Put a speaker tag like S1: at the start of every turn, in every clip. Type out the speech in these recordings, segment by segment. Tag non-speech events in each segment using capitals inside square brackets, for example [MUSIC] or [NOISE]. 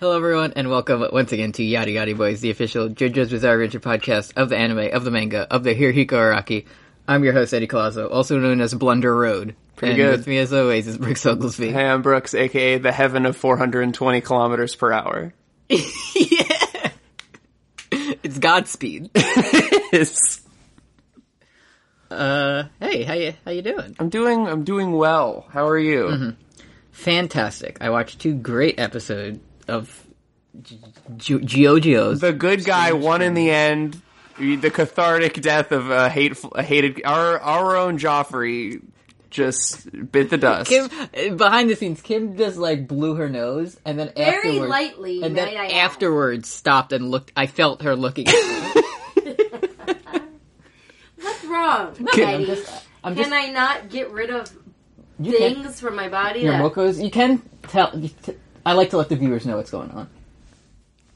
S1: Hello, everyone, and welcome once again to Yada Yada Boys, the official JoJo's Bizarre Adventure podcast of the anime, of the manga, of the Hirohiko Araki. I'm your host, Eddie Colasso, also known as Blunder Road.
S2: Pretty
S1: and
S2: good.
S1: with me, as always, is Brooks Oglesby.
S2: Hey, I'm Brooks, aka the heaven of 420 kilometers per hour. [LAUGHS]
S1: yeah! It's Godspeed.
S2: Yes.
S1: Uh, hey, how you, how you doing?
S2: I'm doing, I'm doing well. How are you?
S1: Fantastic. I watched two great episodes of G- G- GeoGeo's.
S2: The good guy won in the end. The cathartic death of a hateful, a hated, our, our own Joffrey just bit the dust.
S1: Kim, uh, behind the scenes, Kim just like blew her nose, and then
S3: Very
S1: afterwards,
S3: lightly,
S1: and then
S3: might I add.
S1: afterwards stopped and looked. I felt her looking. at me.
S3: [LAUGHS] What's wrong?
S1: I'm
S3: Eddie?
S1: just, I'm just
S3: Can I not get rid of
S1: you can-
S3: things from my body?
S1: your
S3: that-
S1: mocos. You can tell. You t- I like to let the viewers know what's going on.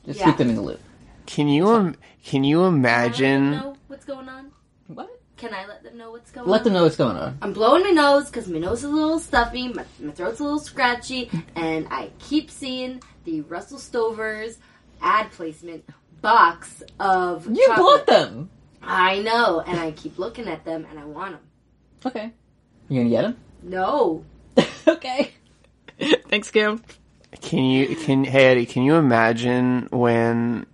S1: Just
S3: Yeah.
S1: keep them in the loop.
S2: Can you, im- can you
S3: Can I let them
S2: imagine?
S3: know what's going on?
S1: What?
S3: Can I let them know what's going
S1: Let
S3: on?
S1: them know what's going on.
S3: I'm blowing my nose because my nose is a little stuffy, my, my throat's a little scratchy, and I keep seeing the Russell Stover's ad placement box of
S1: You bought
S3: chocolate.
S1: them.
S3: I know, and I keep looking at them, and I want them.
S1: Okay. You gonna get them?
S3: No,
S1: [LAUGHS] okay. Thanks, Kim.
S2: Can you, can, hey Eddie, can you imagine when,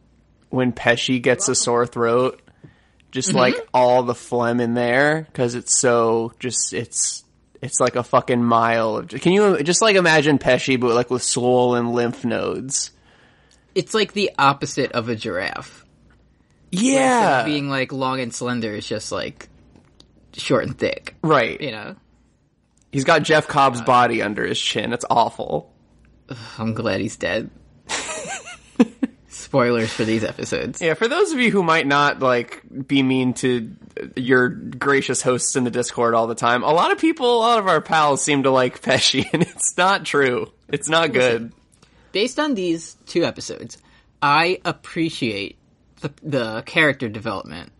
S2: when Pesci gets a sore throat? Just like all the phlegm in there, cause it's so, just, it's, it's like a fucking mile of, can you, just like imagine Pesci, but like with swollen lymph nodes.
S1: It's like the opposite of a giraffe.
S2: Yeah.
S1: Being like long and slender is just like short and thick.
S2: right.
S1: You know.
S2: He's got Jeff Cobb's body under his chin. It's awful.
S1: I'm glad he's
S2: [LAUGHS]
S1: dead. Spoilers for these episodes.
S2: Yeah, for those of you who might not like be mean to your gracious hosts in the Discord all the time, a lot of people, a lot of our pals seem to like Pesci, [LAUGHS] and it's not true. It's not good.
S1: Based on these two episodes, I appreciate the, the character development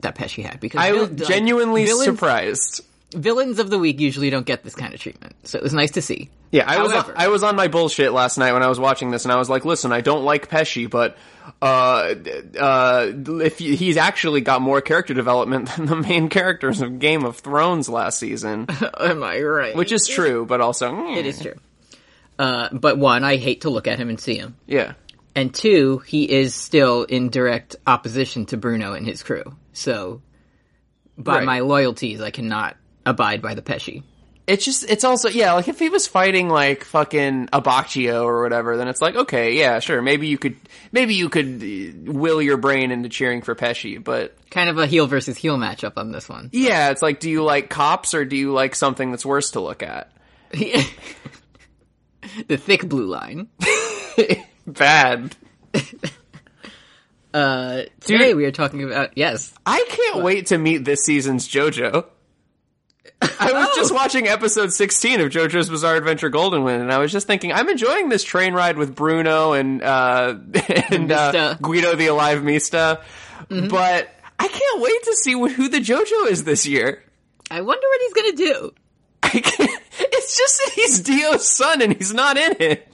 S1: that Pesci had because
S2: I
S1: vil-
S2: was
S1: like,
S2: genuinely
S1: villains,
S2: surprised.
S1: Villains of the week usually don't get this kind of treatment, so it was nice to see.
S2: Yeah, I was on,
S1: However-
S2: I was on my bullshit last night when I was watching this, and I was like, "Listen, I don't like Pesci, but uh, uh, if he- he's actually got more character development [LAUGHS] than the main characters of Game of Thrones last
S1: [LAUGHS]
S2: season."
S1: Am I right?
S2: which is true, but also mm,
S1: it is true. Uh, but one, I hate to look at him and see him,
S2: Yeah,
S1: and two, he is still in direct opposition to Bruno and his crew. So, by
S2: Right.
S1: my loyalties, I cannot abide by the Pesci.
S2: it's just it's also yeah. Like if he was fighting like fucking Abacchio or whatever, then it's like okay, yeah, sure, maybe you could maybe you could uh, will your brain into cheering for Pesci, but
S1: kind of a heel versus heel matchup on this one. [LAUGHS]
S2: yeah, it's like do you like cops or do you like something that's worse to look at?
S1: the thick blue line.
S2: Bad.
S1: Uh, today we are talking about yes.
S2: I can't wait to meet this season's JoJo. I was just
S1: Oh.
S2: watching episode 16 of JoJo's Bizarre Adventure Golden Wind, and I was just thinking, I'm enjoying this train ride with Bruno and, uh, [LAUGHS] and, uh,
S1: Mista. Mm-hmm.
S2: Guido the Alive Mista, but I can't wait to see wh- who the JoJo is this year. [LAUGHS]
S1: I wonder what he's gonna do.
S2: I can't, it's just that he's Dio's son and he's not in it.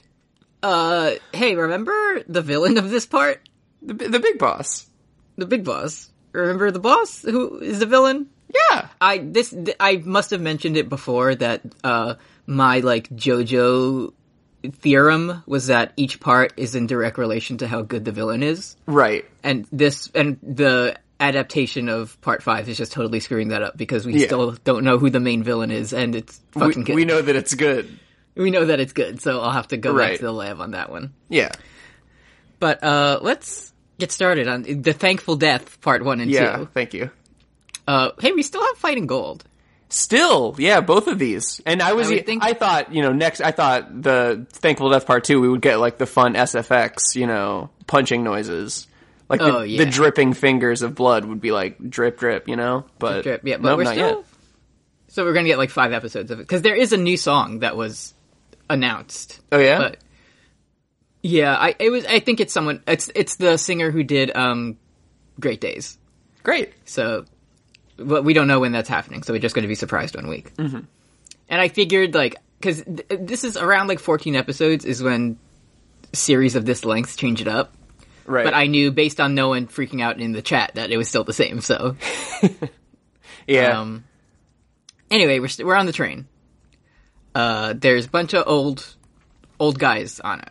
S1: Uh, hey, remember the villain of this part,
S2: The, b- the big boss.
S1: the big boss? Remember the boss who is the villain?
S2: Yeah.
S1: I this th- I must have mentioned it before that uh my like JoJo theorem was that each part is in direct relation to how good the villain is.
S2: Right.
S1: and this and the adaptation of part five is just totally screwing that up because we
S2: Yeah.
S1: still don't know who the main villain is and it's
S2: We,
S1: fucking good.
S2: we know that it's good.
S1: We know that it's good, so I'll have to go back
S2: Right.
S1: to the lab on that one.
S2: Yeah.
S1: But uh let's get started on the thankful death part one and
S2: Yeah.
S1: two.
S2: Thank you.
S1: Uh hey, we still have fighting gold.
S2: Still, yeah, both of these. And I was,
S1: I
S2: I,
S1: would think-
S2: thought, you know, next, I thought the Thankful Death Part 2, we would get like the fun SFX, you know, punching noises. Like the,
S1: Oh, yeah.
S2: the dripping fingers of blood would be like drip, drip, you know? But,
S1: Drip, yeah, but
S2: nope,
S1: we're
S2: Uh, not
S1: still
S2: yet.
S1: So we're gonna get like five episodes of it. Because there is a new song that was announced.
S2: Oh, yeah?
S1: but yeah, I it was I think it's someone it's it's the singer who did um Great Days.
S2: Great.
S1: So but we don't know when that's happening, so we're just going to be surprised one week. Mm-hmm. And I figured like cuz th- this is around like 14 episodes is when series of this length change it up.
S2: Right.
S1: But I knew based on no one freaking out in the chat that it was still the same. So
S2: yeah.
S1: Um, anyway, we're st- we're on the train. Uh, there's a bunch of old old guys on it,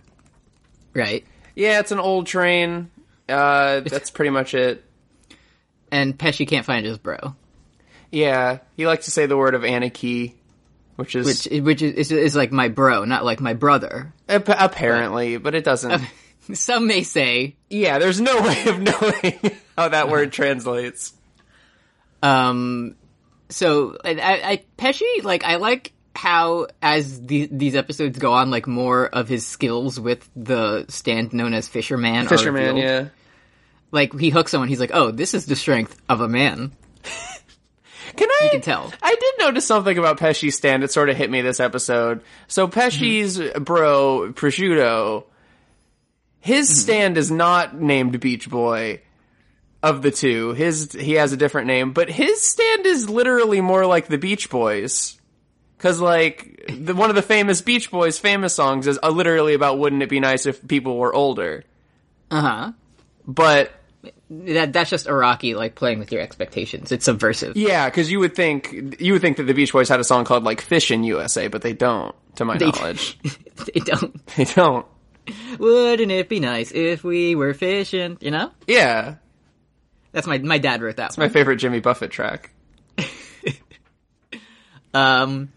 S1: right?
S2: yeah, it's an old train. Uh, that's pretty much it.
S1: And Pesci can't find his bro,
S2: Yeah, he likes to say the word of anarchy, which is
S1: which which is, is, is like my bro, not like my brother.
S2: ap- apparently, but it doesn't.
S1: [LAUGHS] Some may say,
S2: yeah, there's no way of knowing [LAUGHS] how that word translates.
S1: um, so and I, I Pesci like I like how as the, these episodes go on, like more of his skills with the stand known as Fisherman. are
S2: Fisherman,
S1: revealed.
S2: yeah.
S1: Like he hooks someone, he's like, oh, this is the strength of a man.
S2: Can I?
S1: can tell.
S2: I did notice something about Pesci's stand. It sort of hit me this episode. So Pesci's bro prosciutto, his stand is not named Beach Boy. Of the two, his he has a different name, but his stand is literally more like the Beach Boys. Cause like the, one of the famous Beach Boys famous songs is uh, literally about "Wouldn't it be nice if people were older?"
S1: Uh
S2: Uh-huh.
S1: huh.
S2: But
S1: that that's just Iraqi like playing with your expectations. It's subversive.
S2: Yeah, because you would think you would think that the Beach Boys had a song called like "Fish in USA," but they don't, to my knowledge. [LAUGHS]
S1: [LAUGHS] they don't.
S2: they don't.
S1: Wouldn't it be nice if we were fishing? You know,
S2: Yeah,
S1: that's my my dad wrote that.
S2: my
S1: One.
S2: favorite Jimmy Buffett track.
S1: Um,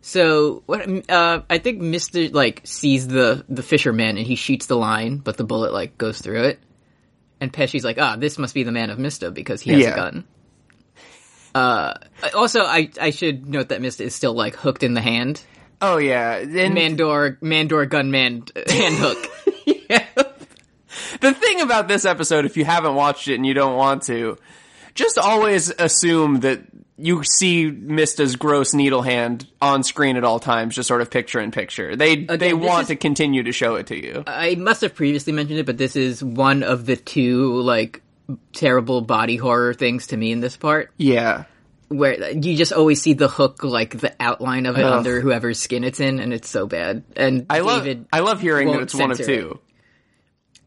S1: so what? Uh, I think Mister like sees the the fisherman and he shoots the line, but the bullet like goes through it. And Pesci's like, ah, this must be the man of Mista because he has
S2: Yeah.
S1: a gun. Uh, also, I I should note that Mista is still like hooked in the hand,
S2: Oh yeah, and
S1: Mandor Mandor gunman [LAUGHS] hand hook.
S2: the thing about this episode, if you haven't watched it and you don't want to, just always assume that you see Mista's gross needle hand on screen at all times, just sort of picture in picture. They they
S1: this
S2: want
S1: is- Uh,
S2: to continue to show it to you.
S1: I must have previously mentioned it, but this is one of the two like terrible body horror things to me in this part,
S2: yeah,
S1: where you just always see the hook, like the outline of it
S2: Ugh.
S1: under whoever's skin it's in, and it's so bad. And
S2: I love
S1: David,
S2: I love hearing that
S1: won't
S2: it's one of
S1: censor it.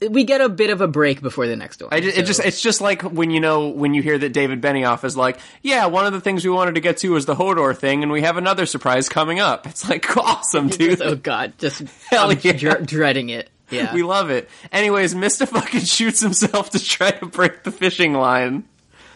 S2: two.
S1: we get a bit of a break before the next one.
S2: I ju- it [LAUGHS] just it's just like when you know when you hear that David Benioff is like, yeah, one of the things we wanted to get to was the Hodor thing, and we have another surprise coming up. It's like [LAUGHS] awesome, dude.
S1: oh god, just
S2: [LAUGHS] Hell
S1: I'm
S2: yeah.
S1: dre- dreading it. Yeah,
S2: We love it. Anyways, Mister fucking shoots himself to try to break the fishing line,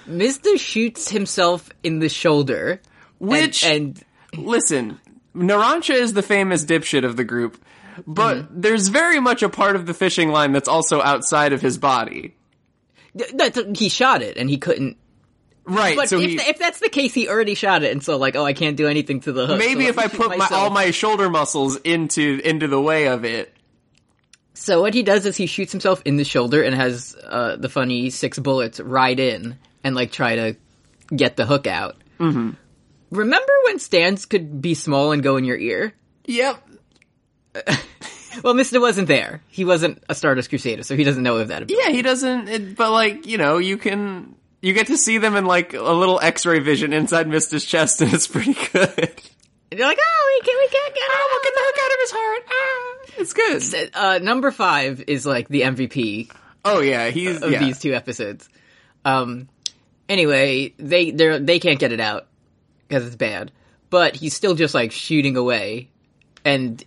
S1: Mister shoots himself in the shoulder, and-
S2: which
S1: and
S2: listen, Narancha is the famous dipshit of the group, but
S1: Mm-hmm.
S2: there's very much a part of the fishing line that's also outside of his body.
S1: th- that- he shot it, and he couldn't.
S2: Right.
S1: But
S2: so
S1: if,
S2: he,
S1: if that's the case, he already shot it, and so like, oh, I can't do anything to the hook.
S2: maybe
S1: so
S2: if
S1: let
S2: I
S1: me shoot
S2: put my,
S1: myself.
S2: all my shoulder muscles into into the way of it.
S1: So what he does is he shoots himself in the shoulder and has uh, the funny six bullets ride in and like try to get the hook out. Mm-hmm. Remember when stands could be small and go in your ear?
S2: Yep.
S1: Well, Mister wasn't there. He wasn't a Stardust Crusader, so he doesn't know of that. ability.
S2: Yeah, he doesn't. It, but like you know, you can you get to see them in like a little X-ray vision inside Mister's chest, and it's [LAUGHS] pretty good.
S1: And They're like, oh, we can, we can't Oh, get him.
S2: Look at the hook out of his heart. Ah, it's good.
S1: Uh, number five is like the MVP
S2: Oh yeah, he's
S1: of
S2: yeah.
S1: these two episodes. Um, anyway, they they they can't get it out because it's bad, but he's still just like shooting away. And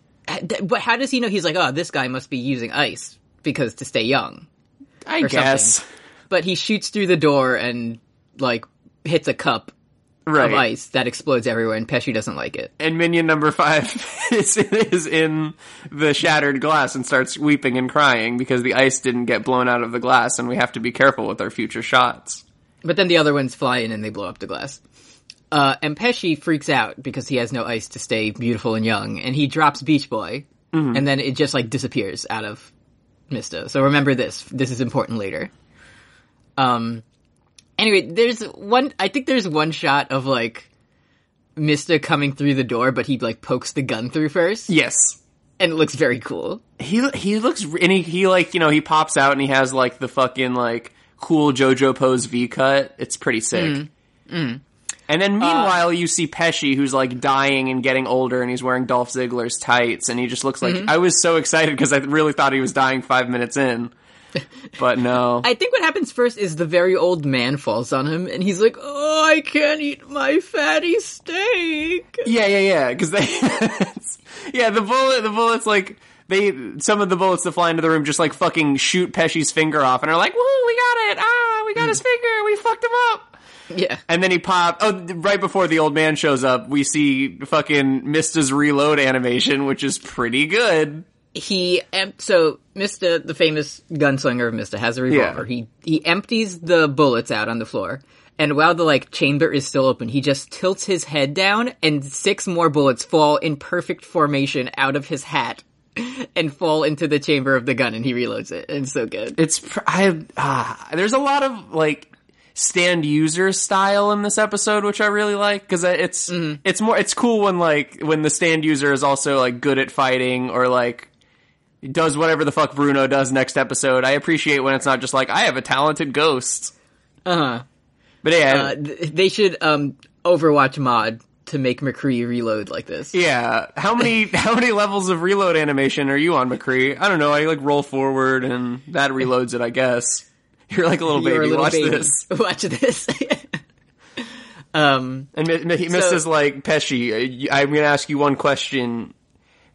S1: but how does he know? He's like, oh, this guy must be using ice because to stay young.
S2: I
S1: or
S2: guess
S1: But he shoots through the door and like hits a cup of
S2: right.
S1: ice that explodes everywhere, and Pesci doesn't like it.
S2: And minion number five [LAUGHS] is is in the shattered glass and starts weeping and crying because the ice didn't get blown out of the glass, and we have to be careful with our future shots.
S1: But then the other ones fly in and they blow up the glass. Uh, and Pesci freaks out because he has no ice to stay beautiful and young, and he drops Beach Boy, and then it just like disappears out of Mista. So remember this. This is important later. Um, anyway, there's one. I think there's one shot of like Mista coming through the door, but he like pokes the gun through first,
S2: Yes.
S1: and it looks very cool.
S2: he he looks re- and he, he like you know he pops out and he has like the fucking like cool JoJo pose V cut. It's pretty sick. And then meanwhile, you see Pesci, who's like dying and getting older, and he's wearing Dolph Ziggler's tights, and he just looks like I was so excited because I really thought he was dying five minutes in, but no.
S1: I think what happens first is the very old man falls on him, and he's like, "Oh, I can't eat my fatty steak."
S2: yeah, yeah, yeah, because they, [LAUGHS] yeah, the bullet, the bullets like. They some of the bullets that fly into the room just like fucking shoot Pesci's finger off and are like, "Woo, we got it! Ah, we got his finger! We fucked him up!"
S1: Yeah,
S2: And then he pop. Oh, th- right before the old man shows up, we see fucking Mista's reload animation, which is pretty good.
S1: he em- so Mister, the famous gunslinger of Mister, has a revolver. He he empties the bullets out on the floor, and while the like chamber is still open, he just tilts his head down, and six more bullets fall in perfect formation out of his hat. [LAUGHS] And fall into the chamber of the gun, and he reloads it. And it's so good.
S2: It's pr- I ah, there's a lot of like stand user style in this episode, which I really like because it's it's more it's cool when like when the stand user is also like good at fighting or like does whatever the fuck Bruno does next episode. I appreciate when it's not just like I have a talented ghost.
S1: Uh huh.
S2: But yeah,
S1: Uh, th- they should um Overwatch mod to make McCree reload like this.
S2: Yeah. How many [LAUGHS] how many levels of reload animation are you on, McCree? I don't know. I like roll forward and that reloads it, I guess. [LAUGHS] You're like a little
S1: You're
S2: baby.
S1: a little
S2: Watch
S1: baby.
S2: this.
S1: [LAUGHS] Watch this. um,
S2: And Mi- Mi-
S1: So-
S2: Mrs. like Pesci. uh, you- I'm going to ask you one question.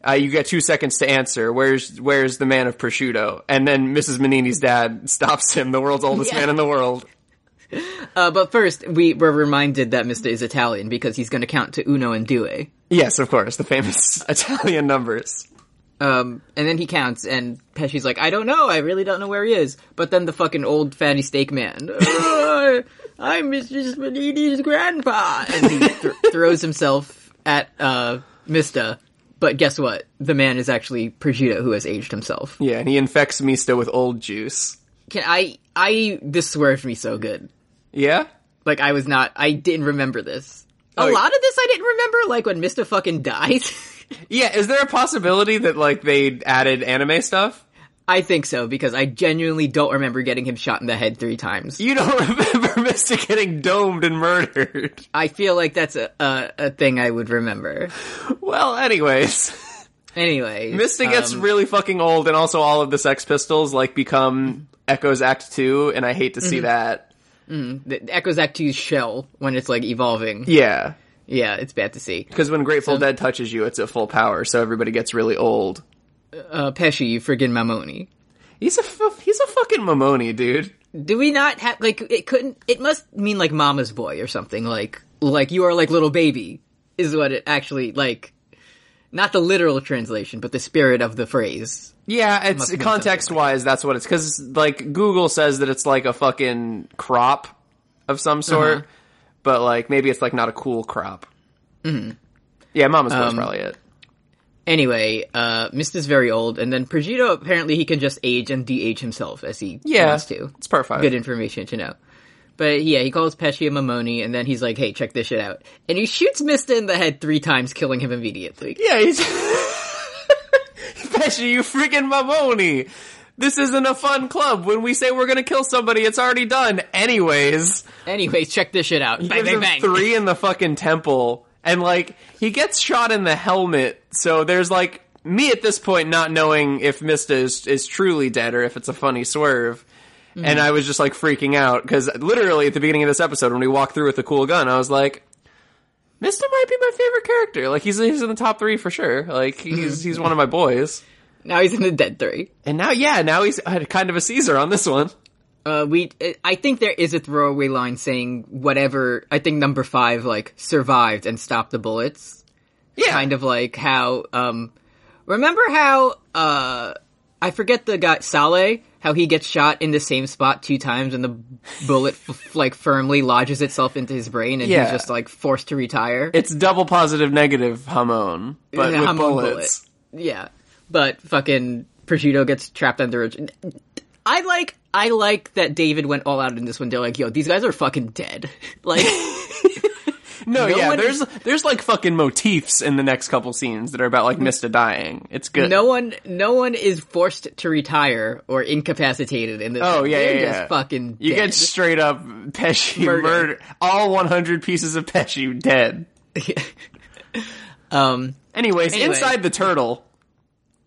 S2: Uh, you got two seconds to answer. Where's where's the man of prosciutto? And then Mrs. Manini's dad [LAUGHS] stops him, the world's oldest
S1: Yeah.
S2: man in the world.
S1: uh, but first we were reminded that Mister is Italian because he's going to count to uno and due.
S2: Yes, of course, the famous [LAUGHS] Italian numbers.
S1: Um, and then he counts, and Pesci's like, "I don't know. I really don't know where he is." But then the fucking old fatty steak man. [LAUGHS] "Oh, I'm Mister Spinini's grandpa, and he th- throws himself at uh Mister. But guess what? The man is actually Prosciutto, who has aged himself.
S2: Yeah, and he infects Mista with old juice.
S1: Can I? I this swerved me so good.
S2: Yeah?
S1: Like I was not. I didn't remember this. A
S2: Oh, yeah.
S1: lot of this I didn't remember. Like when Mister fucking dies.
S2: Yeah, is there a possibility that like they added anime stuff?
S1: [LAUGHS] I think so because I genuinely don't remember getting him shot in the head three times.
S2: You don't [LAUGHS] remember Mister getting domed and murdered.
S1: I feel like that's a a, a thing I would remember.
S2: Well, anyways, [LAUGHS]
S1: Anyway,
S2: Mister gets
S1: um,
S2: really fucking old, and also all of the Sex Pistols like become Echoes Act Two, and I hate to see that.
S1: the Echoes Act 2's shell when it's like evolving.
S2: Yeah,
S1: Yeah, it's bad to see.
S2: because when Grateful Dead touches you, it's at full power, so everybody gets really old.
S1: Uh, Pesci, you friggin' Mamoni.
S2: He's a f- he's a fucking Mamoni, dude.
S1: Do we not have like it couldn't? It must mean like Mama's boy or something. Like like you are like little baby is what it actually like. Not the literal translation, but the spirit of the phrase.
S2: Yeah, it's
S1: have been
S2: context wise, that's what it's because like Google says that it's like a fucking crop of some sort, but like maybe it's like not a cool crop. Mm-hmm. Yeah, Mama's boy's probably it.
S1: Anyway, uh, Mist is very old, and then Pergito apparently he can just age and de-age himself as he
S2: Yeah,
S1: wants to.
S2: it's perfect.
S1: Good information to know. But yeah, he calls Pesci a Mamoni, and then he's like, "Hey, check this shit out!" And he shoots Mista in the head three times, killing him immediately.
S2: yeah, he's [LAUGHS] Pesci, you freaking Mamoni. This isn't a fun club. When we say we're gonna kill somebody, it's already done. Anyways,
S1: Anyway, check this shit out! Bang,
S2: gives
S1: bang,
S2: him
S1: bang!
S2: three in the fucking temple, and like he gets shot in the helmet. So there's like me at this point not knowing if Mista is is truly dead or if it's a funny swerve.
S1: Mm-hmm.
S2: And I was just like freaking out because literally at the beginning of this episode, when we walked through with the cool gun, I was like, "Mista might be my favorite character. Like he's he's in the top three for sure. Like
S1: Mm-hmm.
S2: he's he's one of my boys."
S1: Now he's in the dead three.
S2: And now, yeah, now he's uh, kind of a Caesar on this one.
S1: Uh, we, I think there is a throwaway line saying whatever. I think number five like survived and stopped the bullets.
S2: Yeah,
S1: Kind of like how, um, remember how uh, I forget the guy Saleh how he gets shot in the same spot two times and the bullet [LAUGHS] f- like firmly lodges itself into his brain and
S2: Yeah.
S1: he's just like forced to retire.
S2: it's double positive negative Hamon, but
S1: Yeah,
S2: with
S1: Hamon bullet.
S2: bullets.
S1: yeah, but fucking Prosciutto gets trapped under a. I like I [LAUGHS] like that David went all out in this one. They're like, yo, these guys are fucking dead. Like.
S2: No, yeah,
S1: one-
S2: there's there's like fucking motifs in the next couple scenes that are about like Mista dying. It's good.
S1: Mm. No one, no one is forced to retire or incapacitated in this.
S2: Oh yeah,
S1: They're
S2: yeah,
S1: just
S2: yeah.
S1: fucking.
S2: You
S1: dead.
S2: get straight up Pesci
S1: Murdered.
S2: murder. All 100 pieces of Pesci dead.
S1: [LAUGHS] um.
S2: Anyways,
S1: Anyway.
S2: inside the turtle.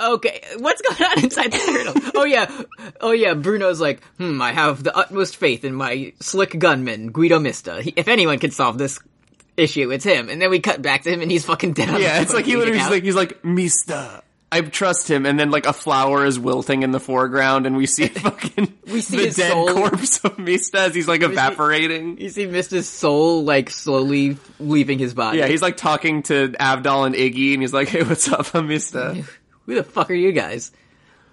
S1: Okay, what's going on inside the
S2: [LAUGHS]
S1: turtle? oh yeah, oh yeah. Bruno's like, hmm. I have the utmost faith in my slick gunman Guido Mista. He, if anyone can solve this issue, it's him. And then we cut back to him, and he's fucking dead. on
S2: Yeah,
S1: the
S2: it's like he
S1: floor,
S2: literally
S1: bleeding
S2: he's
S1: out.
S2: like he's like Mista. I trust him, and then like a flower is wilting in the foreground, and we
S1: [LAUGHS]
S2: see fucking
S1: We see
S2: the
S1: his
S2: dead
S1: soul.
S2: corpse of Mista as he's like evaporating.
S1: You see Mista's soul like slowly leaving his body.
S2: yeah, he's like talking to Avdol and Iggy, and he's like, "Hey, what's up? I'm Mista."
S1: who the fuck are you guys?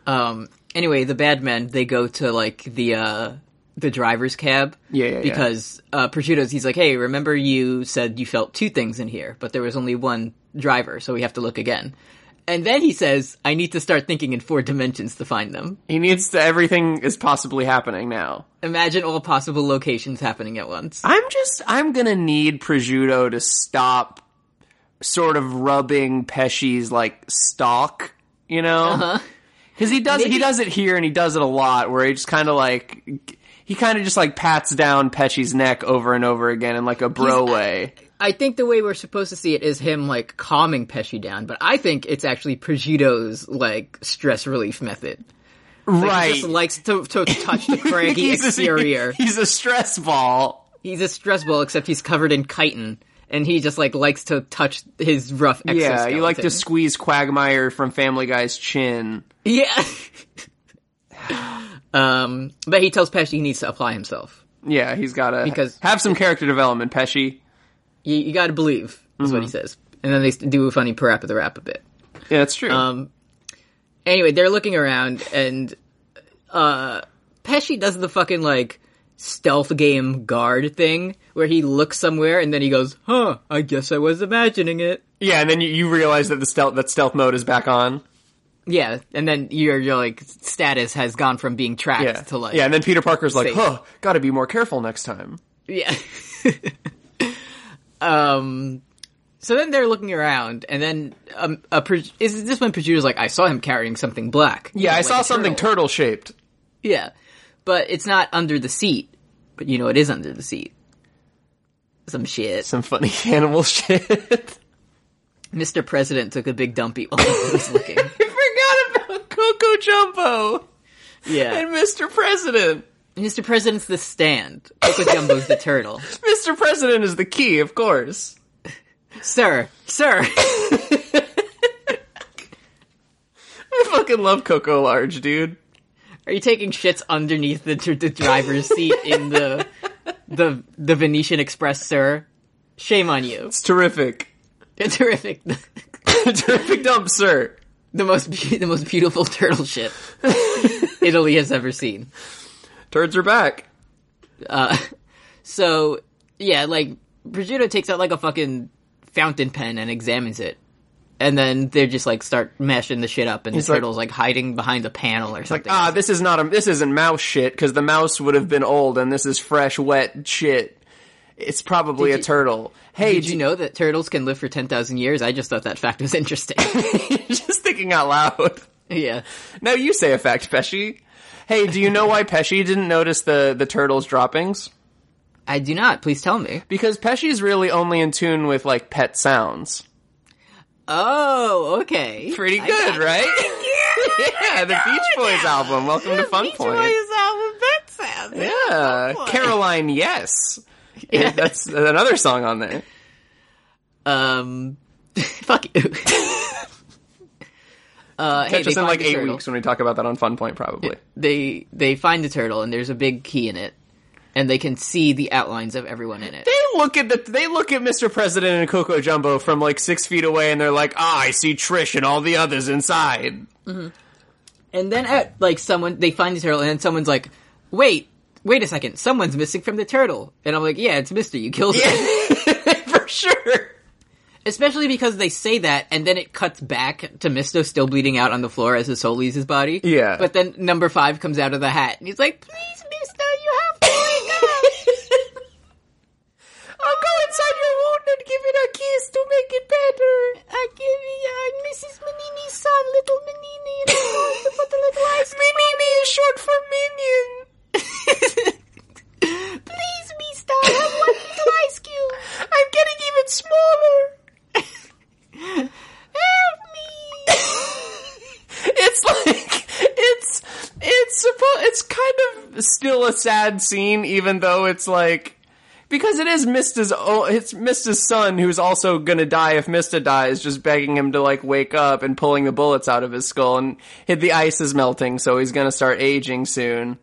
S1: Um. Anyway, the bad men they go to like the uh the driver's cab.
S2: Yeah, yeah, yeah.
S1: because uh, Prosciutto's he's like, hey, remember you said you felt two things in here, but there was only one driver, so we have to look again. And then he says, I need to start thinking in four dimensions to find them.
S2: He needs to. Everything is possibly happening now.
S1: Imagine all possible locations happening at once.
S2: I'm just I'm gonna need prosciutto to stop sort of rubbing Pesci's like stalk, you know? Because he does he
S1: Maybe-
S2: does it here and he does it a lot, where he just kind of like he kind of just like pats down Pesci's neck over and over again in like a bro [LAUGHS] way.
S1: I think the way we're supposed to see it is him like calming Pesci down, but I think it's actually Prosciutto's like stress relief method.
S2: right?
S1: He just
S2: [LAUGHS]
S1: likes to, to touch the
S2: Like,
S1: craggy
S2: he's a-
S1: exterior.
S2: [LAUGHS] he's a stress ball.
S1: He's a stress ball, except he's covered in chitin, and he just like likes to touch his rough.
S2: Yeah, you like to
S1: exoskeleton.
S2: squeeze Quagmire from Family Guy's chin.
S1: Yeah. [LAUGHS] um, but he tells Pesci he needs to apply himself.
S2: Yeah, he's gotta
S1: Because-
S2: have some character development, Pesci.
S1: You, you got to believe is what
S2: Mm-hmm.
S1: he says, and then they do a funny parap of the rap a bit.
S2: Yeah, that's true.
S1: Um, Anyway, they're looking around, and uh, Pesci does the fucking like stealth game guard thing where he looks somewhere and then he goes, "Huh, I guess I was imagining it."
S2: Yeah, and then you, you realize that the stealth that stealth mode is back on.
S1: Yeah, and then your your like status has gone from being tracked
S2: Yeah,
S1: to like
S2: yeah, and then Peter Parker's like,
S1: safe.
S2: "Huh, got to be more careful next time."
S1: [LAUGHS] Yeah. um. So then they're looking around, and then um, a pro- is this when Pajuda's like, "I saw him carrying something black."
S2: Yeah, I
S1: Like
S2: saw
S1: a
S2: something
S1: turtle.
S2: turtle shaped.
S1: yeah, but it's not under the seat. But you know, it is under the seat. Some shit.
S2: Some funny [LAUGHS] animal shit. I
S1: Mr. President took a big dumpy while he was [LAUGHS] looking.
S2: forgot about Coco Jumbo
S1: Yeah,
S2: Mr. President.
S1: Mr. President's the stand. Look with Jumbo's the turtle.
S2: Mr. President is the key, of course.
S1: Sir, sir.
S2: I fucking love Coco Large, dude.
S1: Are you taking shits underneath the, the driver's seat in the the the Venetian Express, sir? Shame on you.
S2: It's terrific. [LAUGHS]
S1: Terrific. [LAUGHS]
S2: terrific dump, sir.
S1: The most be- the most beautiful turtle shit [LAUGHS] Italy has ever seen.
S2: Turds are back.
S1: So yeah, like Brigida takes out like a fucking fountain pen and examines it. And then they just like start mashing the shit up and the
S2: like-
S1: turtle's like hiding behind a panel or
S2: Like,
S1: something.
S2: ah, this is not a this isn't mouse shit because the mouse would have been old, and this is fresh, wet shit. It's probably a
S1: you-
S2: turtle. Hey,
S1: Did you know that turtles can live for 10,000 years? I just thought that fact was [LAUGHS] interesting.
S2: [LAUGHS] just thinking out loud.
S1: yeah.
S2: Now you say a fact, Pesci. Hey, do you know why Pesci didn't notice the the turtle's droppings?
S1: I do not. Please tell me.
S2: Because Pesci's really only in tune with like pet sounds.
S1: Oh, okay.
S2: Pretty
S1: [LAUGHS]
S2: good, right? [LAUGHS] yeah, the Beach Boys album. Welcome to Fun Point. yeah, Caroline. Yes,
S1: Yeah.
S2: that's another song on there.
S1: Um, [LAUGHS] fuck you. [LAUGHS] uh, hey,
S2: Catch
S1: they
S2: us in
S1: find
S2: like
S1: the
S2: eight
S1: turtle.
S2: weeks when we talk about that on Fun Point, probably.
S1: They they find the turtle and there's a big key in it, and they can see the outlines of everyone in it.
S2: They look at the they look at Mr. President and Coco Jumbo from like six feet away, and they're like, "Ah, I see Trish and all the others inside." [LAUGHS]
S1: And then at like someone they find the turtle and then someone's like, wait. Wait a second, someone's missing from the turtle. And I'm like, yeah, it's Mister. You killed him. [LAUGHS]
S2: For sure.
S1: Especially because they say that, and then it cuts back to Misto still bleeding out on the floor as his soul leaves his body.
S2: Yeah.
S1: But then number five comes out of the hat, and he's like, "Please, [LAUGHS] Misto, you have to wake up."
S2: I'll go inside your wound and
S1: Please, to make it better, I give you uh, Mrs. Manini's son, little
S2: [LAUGHS]
S1: Manini, and I want to put a little ice cream. Manini is short for
S2: [LAUGHS]
S1: minion. [LAUGHS] Please, Mista, have one little ice cube. I'm getting even smaller. Help me.
S2: It's like it's it's supposed it's kind of still a sad scene, even though it's like because it is Mista's o- it's Mista's son who's also gonna die if Mista dies, just begging him to like wake up and pulling the bullets out of his skull and hit the ice is melting, so he's gonna start aging soon.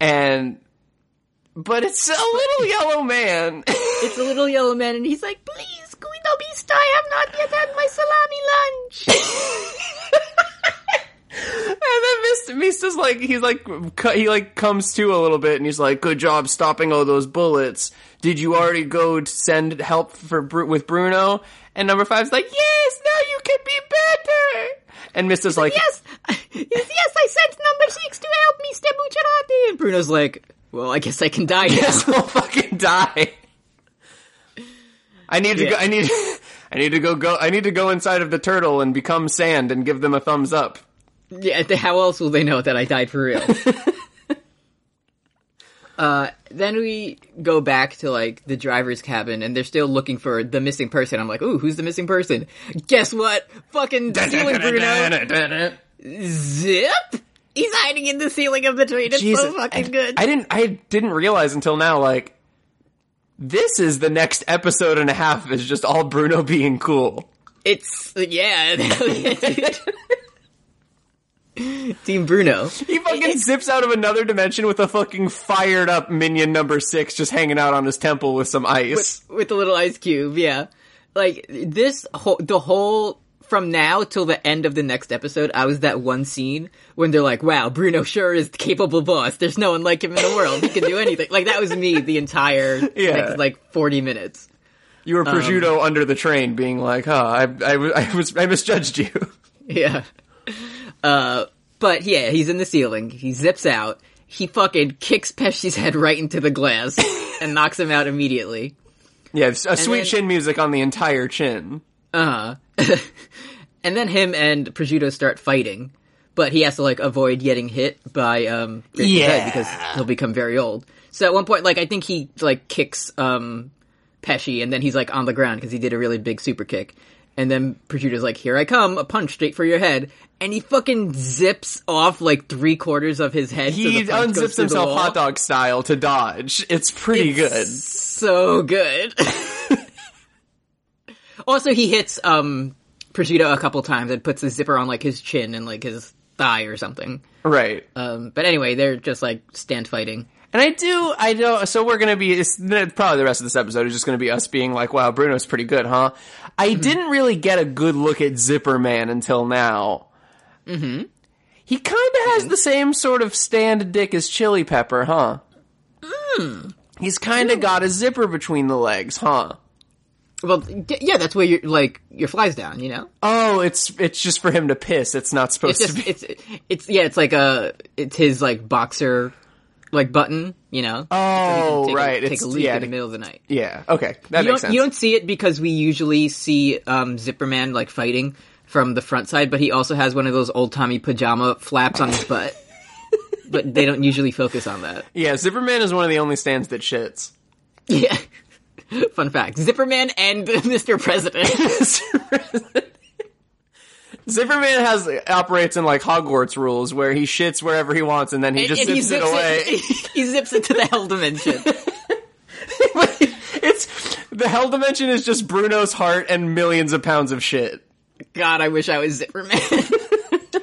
S2: And but it's a little yellow man. [LAUGHS]
S1: It's a little yellow man, and he's like, "Please, Guido Beast, I have not yet had my [LAUGHS] salami lunch."
S2: And then Mist, Mista's like, he's like, cu- he like comes to a little bit and he's like, good job stopping all those bullets. Did you already go to send help for Bru- with Bruno? And number five's like, yes, now you can be better. And Mista's like,
S1: yes, yes, yes, I sent number six to help me, Stebucciarati. And Bruno's like, "Well, I guess I can die." now."
S2: [LAUGHS] yes, I'll fucking die. I need to
S1: Yeah.
S2: go, I need, [LAUGHS] I need to go, go, I need to go inside of the turtle and become sand and give them a thumbs up.
S1: [LAUGHS] Yeah, th- how else will they know that I died for [LAUGHS] real? uh, then we go back to like the driver's cabin, and they're still looking for the missing person. I'm like, "Ooh, who's the missing person?" Guess what? Fucking ceiling, Bruno.
S2: [LAUGHS]
S1: Zip. He's hiding in the ceiling of the train. It's so
S2: Jesus,
S1: fucking
S2: I,
S1: good.
S2: I didn't I didn't realize until now like this is the next episode and a half is just all Bruno being cool.
S1: It's yeah. [LAUGHS] Team Bruno.
S2: He fucking zips out of another dimension with a fucking fired up minion number 6 just hanging out on his temple with some ice.
S1: with, with the little ice cube. Yeah, like this whole the whole from now till the end of the next episode, I was that one scene when they're like, "Wow, Bruno sure is the capable boss. There's no one like him in the world. He can do anything." like that was me the entire
S2: Yeah.
S1: next, like forty minutes.
S2: you
S1: um,
S2: were prosciutto under the train being like, "Huh, I I, w- I was I misjudged you." [LAUGHS]
S1: [LAUGHS] Yeah. Uh, but yeah, he's in the ceiling. He zips out. He fucking kicks Pesci's head right into the glass and knocks him out immediately.
S2: yeah, it's a sweet
S1: then-
S2: chin music on the entire chin.
S1: Uh huh. [LAUGHS] and then him and Prosciutto start fighting, but he has to like avoid getting hit by um Grisham's head
S2: Yeah.
S1: because he'll become very old. So at one point, like I think he like kicks um Pesci, and then he's like on the ground because he did a really big super kick. And then Prosciutto's like, "Here I come! A punch straight for your head!" And he fucking zips off like three quarters of his head. so
S2: He
S1: the punch goes through
S2: unzips
S1: the
S2: himself
S1: wall.
S2: hot dog style to dodge. It's pretty good.
S1: So good. [LAUGHS] also, he hits um Prosciutto a couple times and puts a zipper on like his chin and like his thigh or something.
S2: Right.
S1: Um, but anyway, they're just like stand fighting.
S2: And I do, I know. So we're gonna be it's, the- probably the rest of this episode is just gonna be us being like, "Wow, Bruno's pretty good, huh?" I didn't really get a good look at Zipper Man until now. Mm-hmm. He kind of has the same sort of stand dick as Chili Pepper, huh? Mm. He's kind of got a zipper between the legs, huh?
S1: Well, d- yeah, that's where your like your flies down. You know,
S2: Oh, it's it's just for him to piss. It's not
S1: it's
S2: supposed
S1: just
S2: to be.
S1: it's it's yeah, it's like a it's his like boxer like button. You know,
S2: [LAUGHS] Oh,
S1: take
S2: right.
S1: A, take
S2: it's
S1: a leak
S2: yeah,
S1: in the
S2: to-
S1: middle of the night.
S2: yeah. Okay, that
S1: you
S2: makes
S1: don't,
S2: sense.
S1: you don't see it because we usually see um, Zipperman like fighting from the front side, but he also has one of those old timey pajama flaps on his
S2: [LAUGHS]
S1: butt. but they don't usually focus on that.
S2: yeah, Zipperman is one of the only stands that shits.
S1: Yeah. [LAUGHS] Fun fact: Zipperman and [LAUGHS] Mr. President.
S2: [LAUGHS] Zipperman has operates in like Hogwarts rules where he shits wherever he wants and then he just
S1: And
S2: zips it away. [LAUGHS]
S1: [LAUGHS] he zips it to the hell dimension.
S2: it's the hell dimension is just Bruno's heart and millions of pounds of shit.
S1: God, I wish I was Zipperman. [LAUGHS] uh,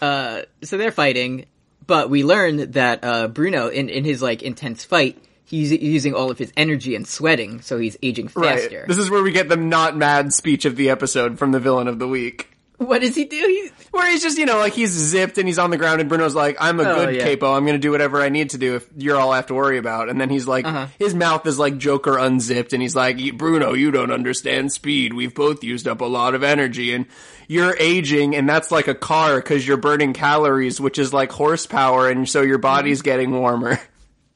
S1: Uh, so they're fighting, but we learn that uh, Bruno, in, in his like intense fight, he's using all of his energy and sweating, so he's aging
S2: Right.
S1: faster.
S2: This is where we get the not mad speech of the episode from the villain of the week.
S1: what does he do? He's,
S2: Where he's just, you know, like he's zipped and he's on the ground and Bruno's like, I'm a
S1: Oh,
S2: good
S1: yeah.
S2: capo, I'm gonna do whatever I need to do if you're all I have to worry about. And then he's like,
S1: Uh-huh.
S2: his mouth is like Joker unzipped and he's like, "You- Bruno, you don't understand speed. We've both used up a lot of energy and you're aging and that's like a car cause you're burning calories, which is like
S1: Mm-hmm.
S2: horsepower and so your body's getting warmer.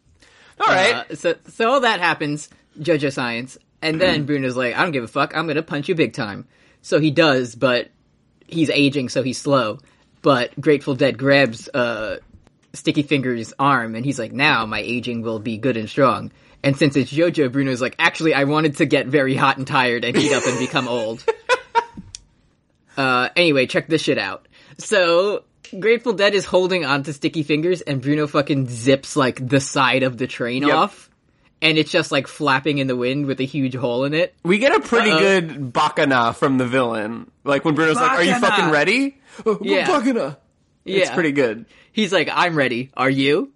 S2: [LAUGHS] All right.
S1: uh, so so all that happens. JoJo Science. And
S2: Mm-hmm.
S1: then Bruno's like, I don't give a fuck. I'm gonna punch you big time. So he does, but he's aging, so he's slow. But Grateful Dead grabs uh, Sticky Fingers' arm, and he's like, Now my aging will be good and strong. And since it's JoJo, Bruno's like, Actually, I wanted to get very hot and tired and heat up and become old. Uh, anyway, check this shit out. So, Grateful Dead is holding on to sticky fingers, and Bruno fucking zips like the side of the train
S2: Yep.
S1: off, and it's just like flapping in the wind with a huge hole in it.
S2: We get a pretty
S1: Uh-oh.
S2: good bacana from the villain. Like when Bruno's like, "Are you
S1: Bacana.
S2: fucking ready?" [LAUGHS] Oh,
S1: Yeah.
S2: Bacana. It's
S1: Yeah.
S2: pretty good.
S1: He's like, "I'm ready. Are you?"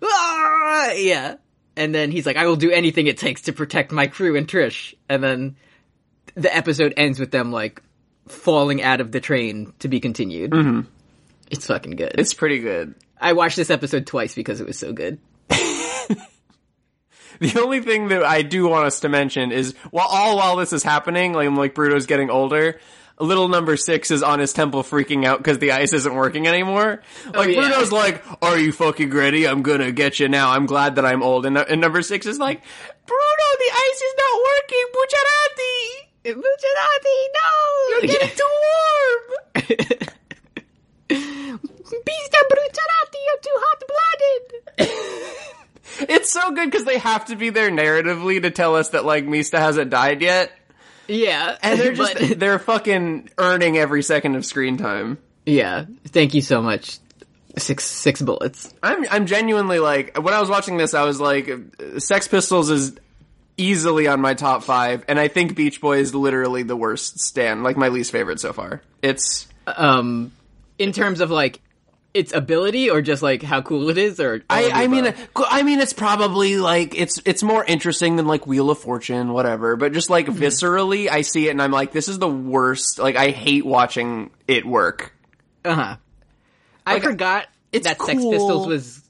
S1: Ah, yeah. And then he's like, "I will do anything it takes to protect my crew and Trish." And then the episode ends with them like falling out of the train to be continued. Mm-hmm. It's fucking good.
S2: It's pretty good.
S1: I watched this episode twice because it was so good.
S2: The only thing that I do want us to mention is while all while this is happening, like I'm like Bruno's getting older. Little number six is on his temple freaking out because the ice isn't working anymore. Like
S1: Oh, yeah.
S2: Bruno's like, "Are you fucking ready? I'm gonna get you now. I'm glad that I'm old." And, and number six is like, "Bruno, the ice is not working. Bucciarati,
S1: [LAUGHS] no!
S2: you're getting [LAUGHS] too warm."
S1: Pista Brucerati, you're too hot-blooded!
S2: It's so good because they have to be there narratively to tell us that like Mista hasn't died
S1: [LAUGHS]
S2: yet,
S1: [LAUGHS] yeah.
S2: [LAUGHS] and they're just
S1: but-
S2: they're fucking earning every second of screen time.
S1: yeah, thank you so much. Six six bullets.
S2: I'm I'm genuinely like when I was watching this, I was like, Sex Pistols is easily on my top five, and I think Beach Boy is literally the worst stand, like my least favorite so far. It's
S1: Um, in terms of, like, its ability or just, like, how cool it is or... all of the
S2: I, I mean,
S1: above?
S2: I mean, it's probably like it's it's more interesting than like Wheel of Fortune, whatever. But just like viscerally, I see it and I'm like, this is the worst. Like, I hate watching it work.
S1: Uh-huh. I forgot that Sex
S2: cool.
S1: Pistols was...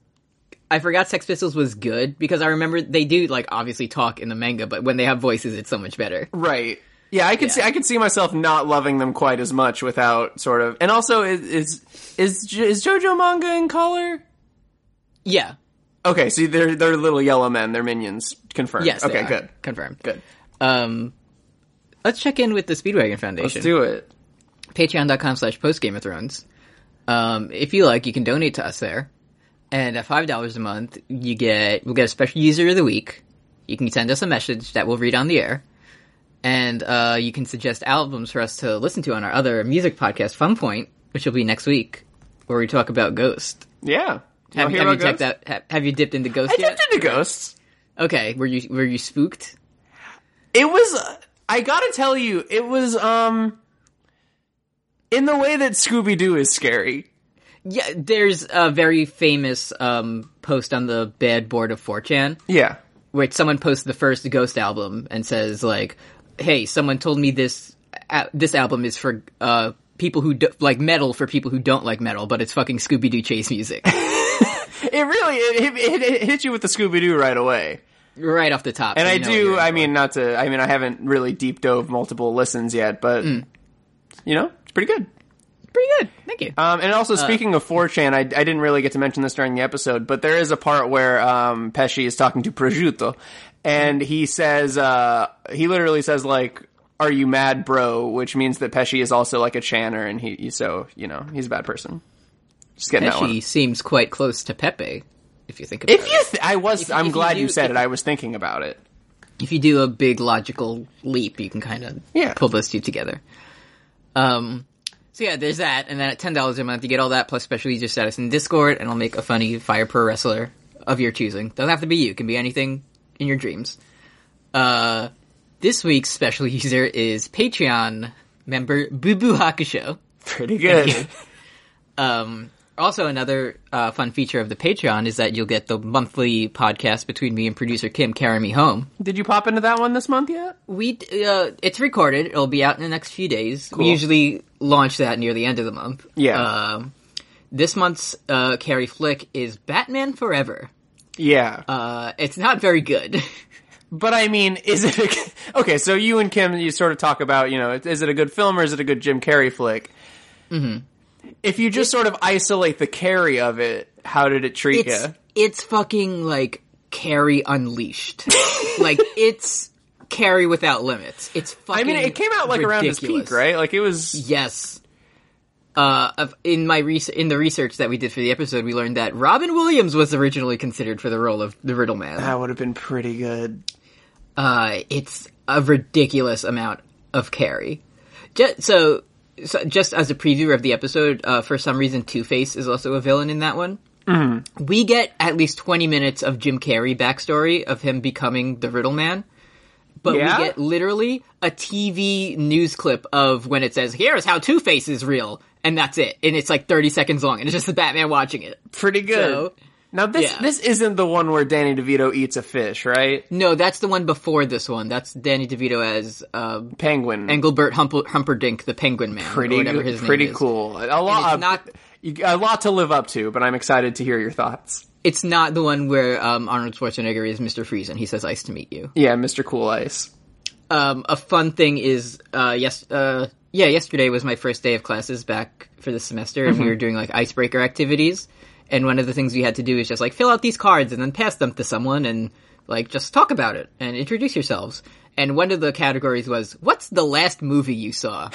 S1: I forgot Sex Pistols was good because I remember they do, like, obviously talk in the manga, but when they have voices, it's so much better.
S2: Right. Yeah, I could see I could see myself not loving them quite as much without sort of. And also, is is is, Jo- is JoJo manga in color?
S1: Yeah.
S2: Okay, see, they're they're little yellow men. They're minions. Confirmed.
S1: Yes, they
S2: Okay.
S1: are.
S2: Good.
S1: Confirmed.
S2: Good.
S1: Um, let's check in with the Speedwagon
S2: Let's
S1: Foundation.
S2: do it.
S1: Patreon.com slash post Game of Thrones. Um, if you like, you can donate to us there. And at $5 a month, you get, we'll get a special user of the week. You can send us a message that we'll read on the air. And, uh, you can suggest albums for us to listen to on our other music podcast, Fun Point, which will be next week, where we talk about Ghost.
S2: Yeah. You wanna
S1: Have,
S2: hear
S1: have
S2: Oh, about
S1: you checked
S2: ghosts?
S1: out, have, have you dipped into Ghost
S2: I
S1: yet?
S2: dipped into ghosts.
S1: Okay, were you, were you spooked?
S2: it was i gotta tell you it was um in the way that scooby-doo is scary
S1: Yeah, there's a very famous um, post on the bad board of 4chan
S2: yeah
S1: where someone posts the first Ghost album and says like, "Hey, someone told me this uh, this album is for uh, people who do- like metal for people who don't like metal, but it's fucking Scooby Doo chase music [LAUGHS]
S2: it really it, it, it hit you with the scooby-doo right away
S1: right off the top."
S2: and
S1: so
S2: i
S1: you know what you're
S2: do
S1: in
S2: i
S1: for.
S2: mean not to i mean i haven't really deep dove multiple listens yet but
S1: Hmm.
S2: you know it's pretty good
S1: pretty good. Thank you.
S2: um, and
S1: Uh.
S2: also speaking of 4chan I, I didn't really get to mention this during the episode but there is a part where um, pesci is talking to prosciutto and he says uh, he literally says like are you mad bro which means that pesci is also like a channer and he, he- so you know he's a bad person just getting that
S1: Pesci
S2: one
S1: seems quite close to Pepe if you think about
S2: if
S1: it.
S2: you th- i was
S1: If-
S2: i'm
S1: if you
S2: glad
S1: do-
S2: you, said
S1: if-
S2: it i was thinking about it
S1: if you do a big logical leap, you can kind of
S2: Yeah.
S1: pull those two together. Um, so yeah, there's that, and then at ten dollars a month, you get all that plus special user status in Discord, and I'll make a funny fire pro wrestler of your choosing. Doesn't have to be you; it can be anything in your dreams. Uh, this week's special [LAUGHS] user is Patreon member Boo Boo Hakusho.
S2: pretty good
S1: Um, also, another uh, fun feature of the Patreon is that you'll get the monthly podcast between me and producer Kim carry me home.
S2: did you pop into that one this month yet
S1: We d- uh, it's recorded. It'll be out in the next few days. We usually launch that near the end of the month.
S2: Yeah.
S1: Um, this month's uh, Carrie flick is Batman Forever.
S2: yeah
S1: Uh, it's not very
S2: [LAUGHS]
S1: good.
S2: But I mean, is it a, [LAUGHS] okay? So you and Kim, you sort of talk about, you know, is it a good film or is it a good Jim Carrey flick? Mm-hmm. If you just sort of isolate the Carrey of it, how did it treat
S1: It's
S2: you?
S1: it's fucking like Carrie
S2: [LAUGHS]
S1: Unleashed. like it's Carrie without limits. It's
S2: I
S1: fucking.
S2: mean, it came out like around his peak,
S1: ridiculous.
S2: right? Like it was.
S1: Yes. Uh, of- in my res- in the research that we did for the episode, we learned that Robin Williams was originally considered for the role of the Riddle Man.
S2: That would have been pretty good.
S1: uh, it's a ridiculous amount of carry. Just, so, so, just as a preview of the episode, uh, for some reason, Two Face is also a villain in that one.
S2: Mm-hmm.
S1: We get at least twenty minutes of Jim Carrey backstory of him becoming the Riddle Man, but
S2: Yeah?
S1: we get literally a TV news clip of when it says, "Here's how Two Face is real," and that's it, and it's like thirty seconds long, and it's just the Batman watching it.
S2: Pretty good.
S1: So-
S2: now this
S1: yeah.
S2: this isn't the one where Danny DeVito eats a fish, right?
S1: No, that's the one before this one. That's Danny DeVito as uh,
S2: Penguin.
S1: Engelbert Hump- Humperdinck, the Penguin Man, or
S2: pretty
S1: whatever
S2: good-
S1: his name
S2: pretty
S1: is.
S2: cool. A lot.
S1: it's
S2: of-
S1: not-
S2: you- a lot to live up to, but I'm excited to hear your thoughts.
S1: It's not the one where um, Arnold Schwarzenegger is Mr. Freeze and he says "Ice to meet you."
S2: Yeah, Mr. Cool Ice.
S1: Um, a fun thing is, uh, yes, uh, yeah, yesterday was my first day of classes back for the semester, and we were doing like icebreaker activities. And one of the things we had to do is just like fill out these cards and then pass them to someone and like just talk about it and introduce yourselves. And one of the categories was, "What's the last movie you saw?"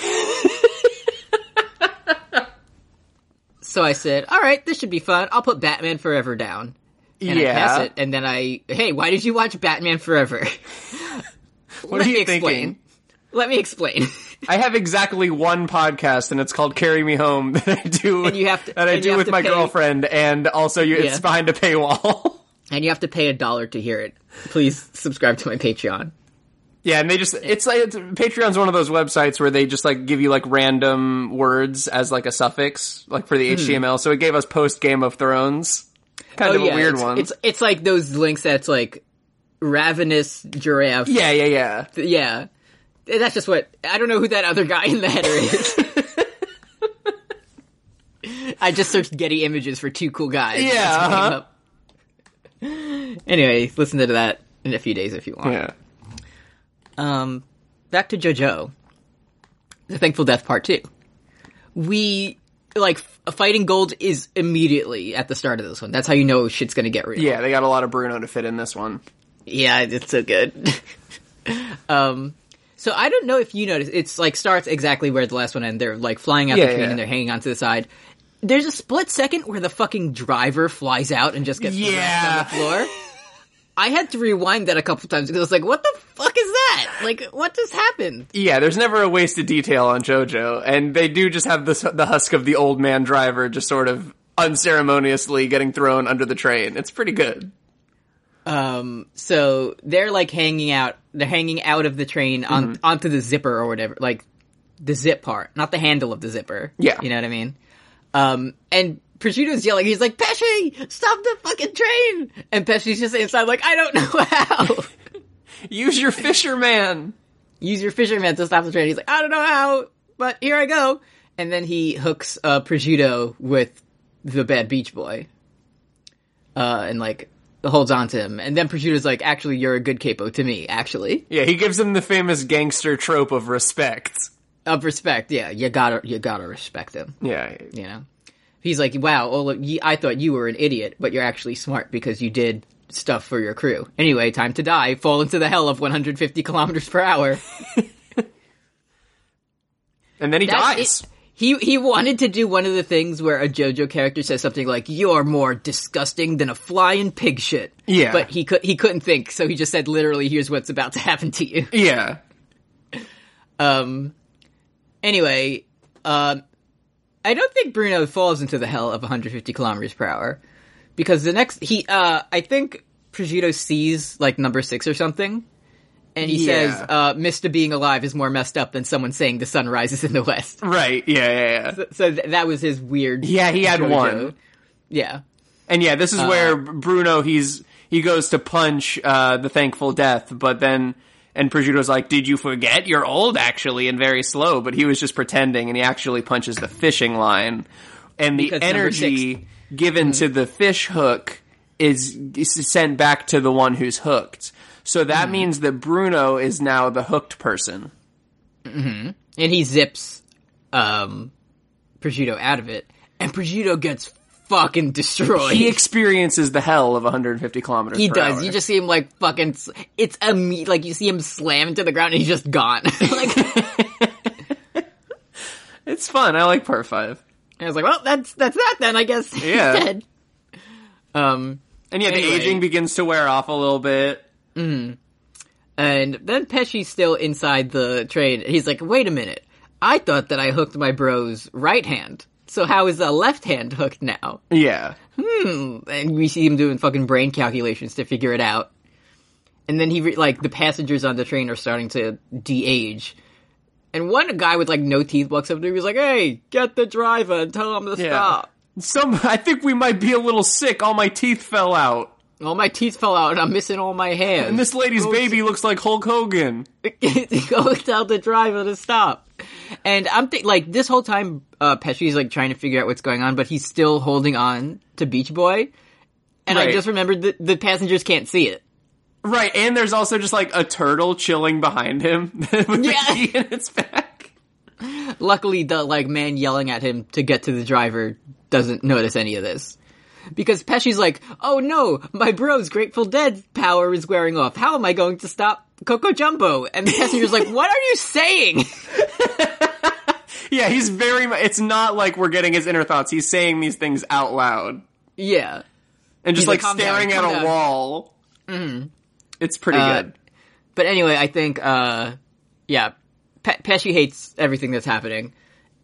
S1: so I said, "All right, this should be fun. I'll put Batman Forever down." And I pass
S2: yeah.
S1: it, and then I, hey, why did you watch Batman Forever? [LAUGHS]
S2: What
S1: Let
S2: are you
S1: me explain.
S2: thinking?
S1: Let me explain.
S2: I have exactly one podcast, and it's called "Carry Me Home" [LAUGHS] that I do.
S1: you have to-
S2: that I
S1: and you
S2: do
S1: have
S2: with
S1: to
S2: my
S1: pay-
S2: girlfriend, and also you,
S1: Yeah.
S2: it's behind a paywall. [LAUGHS]
S1: and you have to pay a dollar to hear it. Please subscribe to my Patreon.
S2: yeah, and they just—it's like it's, Patreon's one of those websites where they just like give you like random words as like a suffix, like for
S1: Hmm.
S2: the HTML. So it gave us post Game of Thrones, kind of a
S1: Oh,
S2: weird
S1: it's,
S2: one.
S1: It's it's like those links that's like ravenous giraffe. Yeah.
S2: yeah, yeah, yeah.
S1: That's just what I don't know who that other guy in the header
S2: [LAUGHS]
S1: is. I just searched Getty images for two cool guys.
S2: Yeah,
S1: That's what came
S2: uh-huh.
S1: up. Anyway, listen to that in a few days if you want.
S2: Yeah.
S1: um, back to JoJo, The Thankful Death Part Two. We like f- fighting gold is immediately at the start of this one. That's how you know shit's gonna get real.
S2: Yeah, they got a lot of Bruno to fit in this one.
S1: Yeah, it's so good. [LAUGHS] um, so I don't know if you noticed. It's like starts exactly where the last one ended. They're like flying out
S2: Yeah,
S1: the train
S2: yeah.
S1: and they're hanging onto the side. There's a split second where the fucking driver flies out and just gets
S2: Yeah.
S1: yeah. on the floor. I had to rewind that a couple times because I was like, "What the fuck is that? Like, what just happened?"
S2: Yeah, there's never a wasted detail on JoJo, and they do just have this, the husk of the old man driver just sort of unceremoniously getting thrown under the train. It's pretty good.
S1: Um, so they're like hanging out. They're hanging out of the train on onto the zipper or whatever, like the zip part, not the handle of the zipper.
S2: Yeah.
S1: you know what I mean. Um, and Prosciutto's yelling. He's like, "Pesci, stop the fucking train!" And Pesci's just inside, like, "I don't know how." [LAUGHS]
S2: Use your fisherman!
S1: Use your fisherman to stop the train. He's like, "I don't know how, but here I go." And then he hooks uh, Prosciutto with the bad Beach Boy, uh, and like holds on to him. And then Prosciutto's like, "Actually, you're a good capo to me. Actually."
S2: Yeah, he gives him the famous gangster trope of respect.
S1: of respect. Yeah, you gotta you gotta respect him.
S2: Yeah.
S1: You know, he's like, wow, Olaf, ye, I thought you were an idiot, but you're actually smart because you did stuff for your crew. Anyway, time to die. Fall into the hell of 150 kilometers per hour.
S2: And then
S1: [LAUGHS]
S2: he
S1: That's
S2: dies.
S1: it. He he wanted to do one of the things where a JoJo character says something like "You're more disgusting than a fly in pig shit."
S2: Yeah.
S1: but he could he couldn't think, so he just said literally, "Here's what's about to happen to you."
S2: Yeah.
S1: Um. Anyway, um, I don't think Bruno falls into the hell of 150 kilometers per hour because the next he, uh, I think Prosciutto sees like number six or something, and he
S2: Yeah.
S1: says, uh, "Mister being alive is more messed up than someone saying the sun rises in the west." [LAUGHS]
S2: Right, yeah, yeah, yeah.
S1: So th- that was his weird.
S2: Yeah, he had
S1: JoJo.
S2: one.
S1: Yeah.
S2: And yeah, this is where
S1: Uh-huh.
S2: Bruno he's he goes to punch uh, the thankful death, but then and Prosciutto's like, "Did you forget? You're old, actually, and very slow." But he was just pretending, and he actually punches the fishing line, and the
S1: Because number Mm-hmm.
S2: energy given to the fish hook is, is sent back to the one who's hooked. So that
S1: Mm-hmm.
S2: means that Bruno is now the hooked person.
S1: and he zips um prosciutto out of it and prosciutto gets fucking destroyed.
S2: He experiences the hell of 150 kilometers.
S1: He
S2: per
S1: does.
S2: hour.
S1: You just see him like fucking. s- It's a me- like you see him slam to the ground and he's just gone. [LAUGHS] like
S2: It's fun. I like part five.
S1: I was like, well, that's that's that then. I guess. [LAUGHS] He's
S2: Yeah.
S1: dead. Um.
S2: And yeah,
S1: Anyway.
S2: the aging begins to wear off a little bit.
S1: And then Pesci's still inside the train. He's like, wait a minute. I thought that I hooked my bro's right hand. So how is the left hand hooked now?
S2: Yeah.
S1: And we see him doing fucking brain calculations to figure it out. And then he, re- like, the passengers on the train are starting to de-age. And one guy with, like, no teeth walks up to him. He's like, hey, get the driver and tell him to stop.
S2: Some. I think we might be a little sick. All my teeth fell out,
S1: All my teeth fell out and I'm missing all my hairs.
S2: and
S1: [LAUGHS]
S2: this lady's baby looks like Hulk Hogan.
S1: go tell the driver to stop. And I'm think like this whole time, uh, Pesci's like trying to figure out what's going on, but he's still holding on to Beach Boy. And I
S2: Right.
S1: just remembered that the passengers can't see it.
S2: Right, and there's also just like a turtle chilling behind him [LAUGHS] with
S1: Yeah.
S2: the key in its back.
S1: Luckily, the like man yelling at him to get to the driver doesn't notice any of this. Because Pesci's like, oh no, my bro's Grateful Dead power is wearing off. How am I going to stop Coco Jumbo? And the passenger's like, what are you saying? [LAUGHS]
S2: Yeah, he's very. mu- It's not like we're getting his inner thoughts. He's saying these things out loud
S1: yeah.
S2: and just
S1: He's like,
S2: like,
S1: "Calm down,
S2: staring
S1: calm
S2: at a
S1: down."
S2: wall. Mm-hmm. It's pretty
S1: Uh,
S2: good.
S1: But anyway, I think, uh, yeah, Pe- Pesci hates everything that's happening,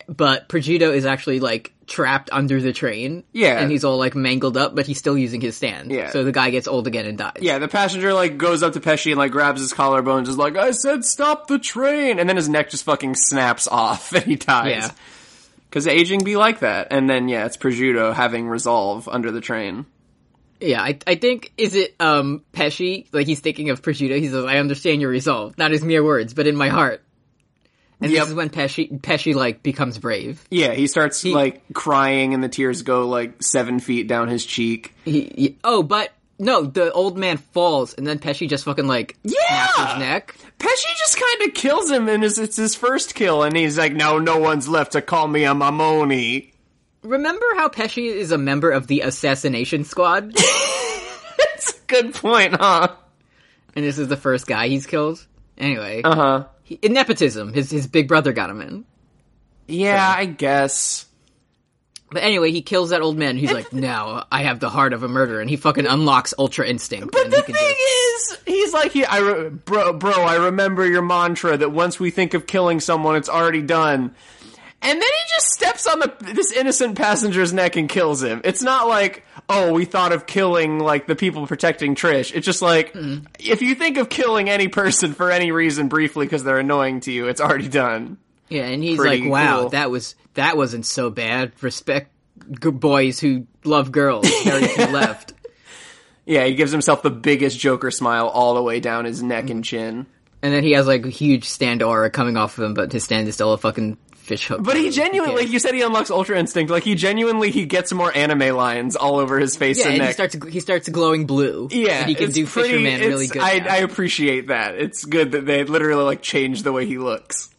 S1: but Progido is actually like trapped under the train.
S2: Yeah.
S1: And he's all like mangled up, but he's still using his stand.
S2: Yeah.
S1: So the guy gets old again and dies.
S2: Yeah, the passenger like goes up to Pesci and like grabs his collarbones, is like, "I said stop the train," and then his neck just fucking snaps off [LAUGHS] and he dies.
S1: Yeah.
S2: Because aging be like that, and then yeah, it's prosciutto having resolve under the train.
S1: Yeah. I, I think, is it, um, Pesci? Like he's thinking of Progido. He says, I understand your resolve. Not as mere words, but in my heart. And
S2: Yep.
S1: this is when Pesci, Pesci like becomes brave.
S2: Yeah, he starts like crying, and the tears go like seven feet down his cheek.
S1: He, he- oh, but no, the old man falls and then Pesci just fucking like snaps his neck.
S2: Pesci just kind of kills him, and it's, it's his first kill, and he's like, "No, no one's left to call me a mamoni." [LAUGHS]
S1: Remember how Pesci is a member of the assassination
S2: [LAUGHS]
S1: squad?
S2: That's a good point, huh?
S1: and this is the first guy he's killed? Anyway.
S2: Uh huh.
S1: He- in nepotism, his, his big brother got him in.
S2: Yeah, I guess.
S1: But anyway, he kills that old man. He's like, now I have the heart of a murderer. And he fucking unlocks Ultra Instinct.
S2: But
S1: and
S2: the
S1: he can
S2: thing
S1: do it.
S2: is, he's like, he, I re- bro, bro, I remember your mantra that once we think of killing someone, it's already done. And then he just steps on the this innocent passenger's neck and kills him. It's not like, oh, we thought of killing like the people protecting Trish. It's just like,
S1: Mm.
S2: if you think of killing any person for any reason briefly because they're annoying to you, it's already done.
S1: Yeah, and he's
S2: Pretty
S1: like, wow,
S2: cool.
S1: that was, that wasn't so bad. Respect g- boys who love
S2: [LAUGHS]
S1: girls. Very few left.
S2: Yeah, he gives himself the biggest Joker smile all the way down his
S1: Mm.
S2: neck and chin.
S1: And then he has like a huge stand aura coming off of him, but his stand is still a fucking fish hook. [LAUGHS]
S2: But he
S1: Yeah.
S2: genuinely, like you said, he unlocks Ultra Instinct. Like he genuinely, he gets more anime lines all over his face
S1: Yeah,
S2: and
S1: and
S2: neck.
S1: he starts he starts glowing blue.
S2: yeah,
S1: and he can
S2: it's
S1: do
S2: pretty,
S1: Fisherman
S2: it's-
S1: really good.
S2: I,
S1: now.
S2: I appreciate that. It's good that they literally like changed the way he looks.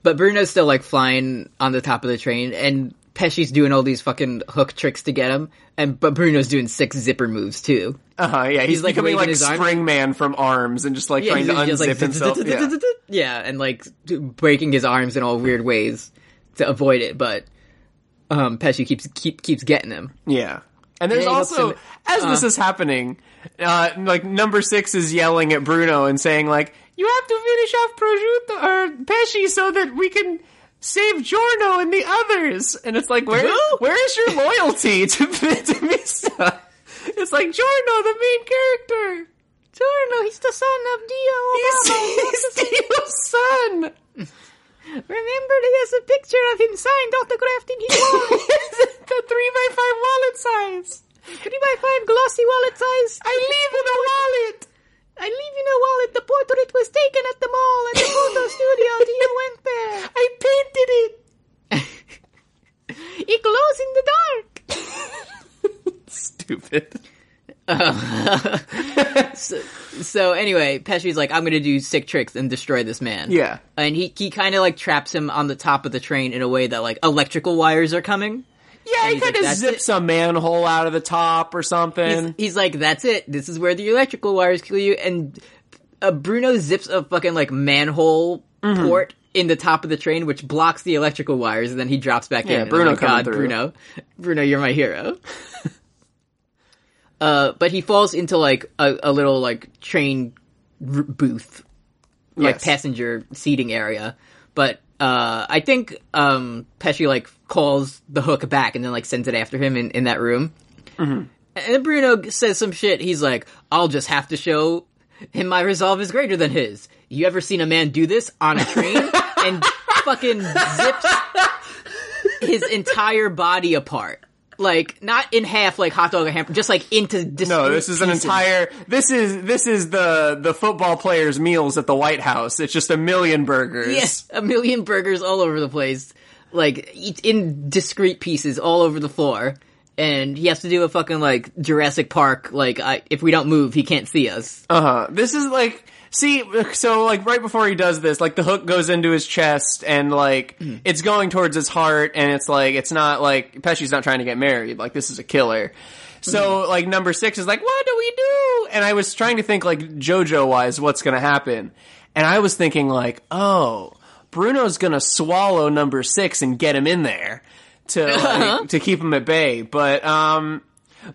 S1: But Bruno's still like flying on the top of the train, and Pesci's doing all these fucking hook tricks to get him, and but Bruno's doing six zipper moves too.
S2: Uh huh. Yeah, he's,
S1: like,
S2: becoming
S1: waving
S2: like
S1: his arms.
S2: Spring Man from Arms and just like
S1: Yeah,
S2: trying to
S1: he's just,
S2: unzip
S1: like, [LAUGHS]
S2: himself. yeah.
S1: yeah, and like breaking his arms in all weird ways to avoid it, but um, Pesci keeps keep, keeps getting him.
S2: Yeah. And there's
S1: Yeah, he looks
S2: also,
S1: in-
S2: as this is happening, uh, like number six is yelling at Bruno and saying like, "You have to finish off prosciutto or Pesci so that we can save Giorno and the others." And it's like, where
S1: Who?
S2: where is your loyalty [LAUGHS] to, to Misa? It's like Giorno, the main character.
S1: Giorno, Oh,
S2: [LAUGHS]
S1: he's the son of Dio Oh,
S2: He's, he's Dio's son.
S1: [LAUGHS] Remember, there's a picture of him signed, autographed in
S2: [LAUGHS]
S1: his
S2: the three by five wallet size.
S1: three by five glossy wallet size.
S2: I leave with a wallet.
S1: I leave you know wallet. The portrait was taken at the mall at the photo [LAUGHS] studio. Dio went there.
S2: I painted
S1: [LAUGHS]
S2: it.
S1: It glows in the dark.
S2: Stupid.
S1: So anyway, Pesci's like, I'm gonna do sick tricks and destroy this man.
S2: Yeah.
S1: And he, he kind of like traps him on the top of the train in a way that like electrical wires are coming.
S2: Yeah,
S1: And
S2: he
S1: he's like,
S2: kind of
S1: "That's
S2: zips a manhole out of the top or something.
S1: He's, he's like, that's it. This is where the electrical wires kill you. And uh, Bruno zips a fucking like manhole
S2: Mm-hmm.
S1: port in the top of the train, which blocks the electrical wires. And then he drops back in.
S2: Yeah,
S1: And I'm
S2: Bruno
S1: like,
S2: coming
S1: God,
S2: through.
S1: Bruno, Bruno, you're my hero. [LAUGHS] uh, but he falls into like a, a little like train r- booth, like
S2: Yes.
S1: passenger seating area. But uh, I think um, Pesci like calls the hook back and then like sends it after him in, in that room.
S2: Mm-hmm.
S1: And Bruno says some shit. He's like, I'll just have to show him my resolve is greater than his. You ever seen a man do this on a
S2: [LAUGHS]
S1: train and fucking zips his entire body apart? Like, not in half like hot dog or hamper, just like into
S2: No,
S1: discrete
S2: this is an
S1: pieces.
S2: entire. This is this is the the football players' meals at the White House. It's just a million burgers.
S1: Yes, a million burgers all over the place, like eat- in discrete pieces all over the floor, and he has to do a fucking like Jurassic Park. Like, I, if we don't move, he can't see us.
S2: Uh huh. This is like. See, so like right before he does this, like the hook goes into his chest and like it's going towards his heart, and it's like it's not like Pesci's not trying to get married. Like this is a killer. So like number six is like, what do we do? And I was trying to think like JoJo wise, what's gonna happen? And I was thinking like, oh, Bruno's gonna swallow number six and get him in there to like, to keep him at bay. But um,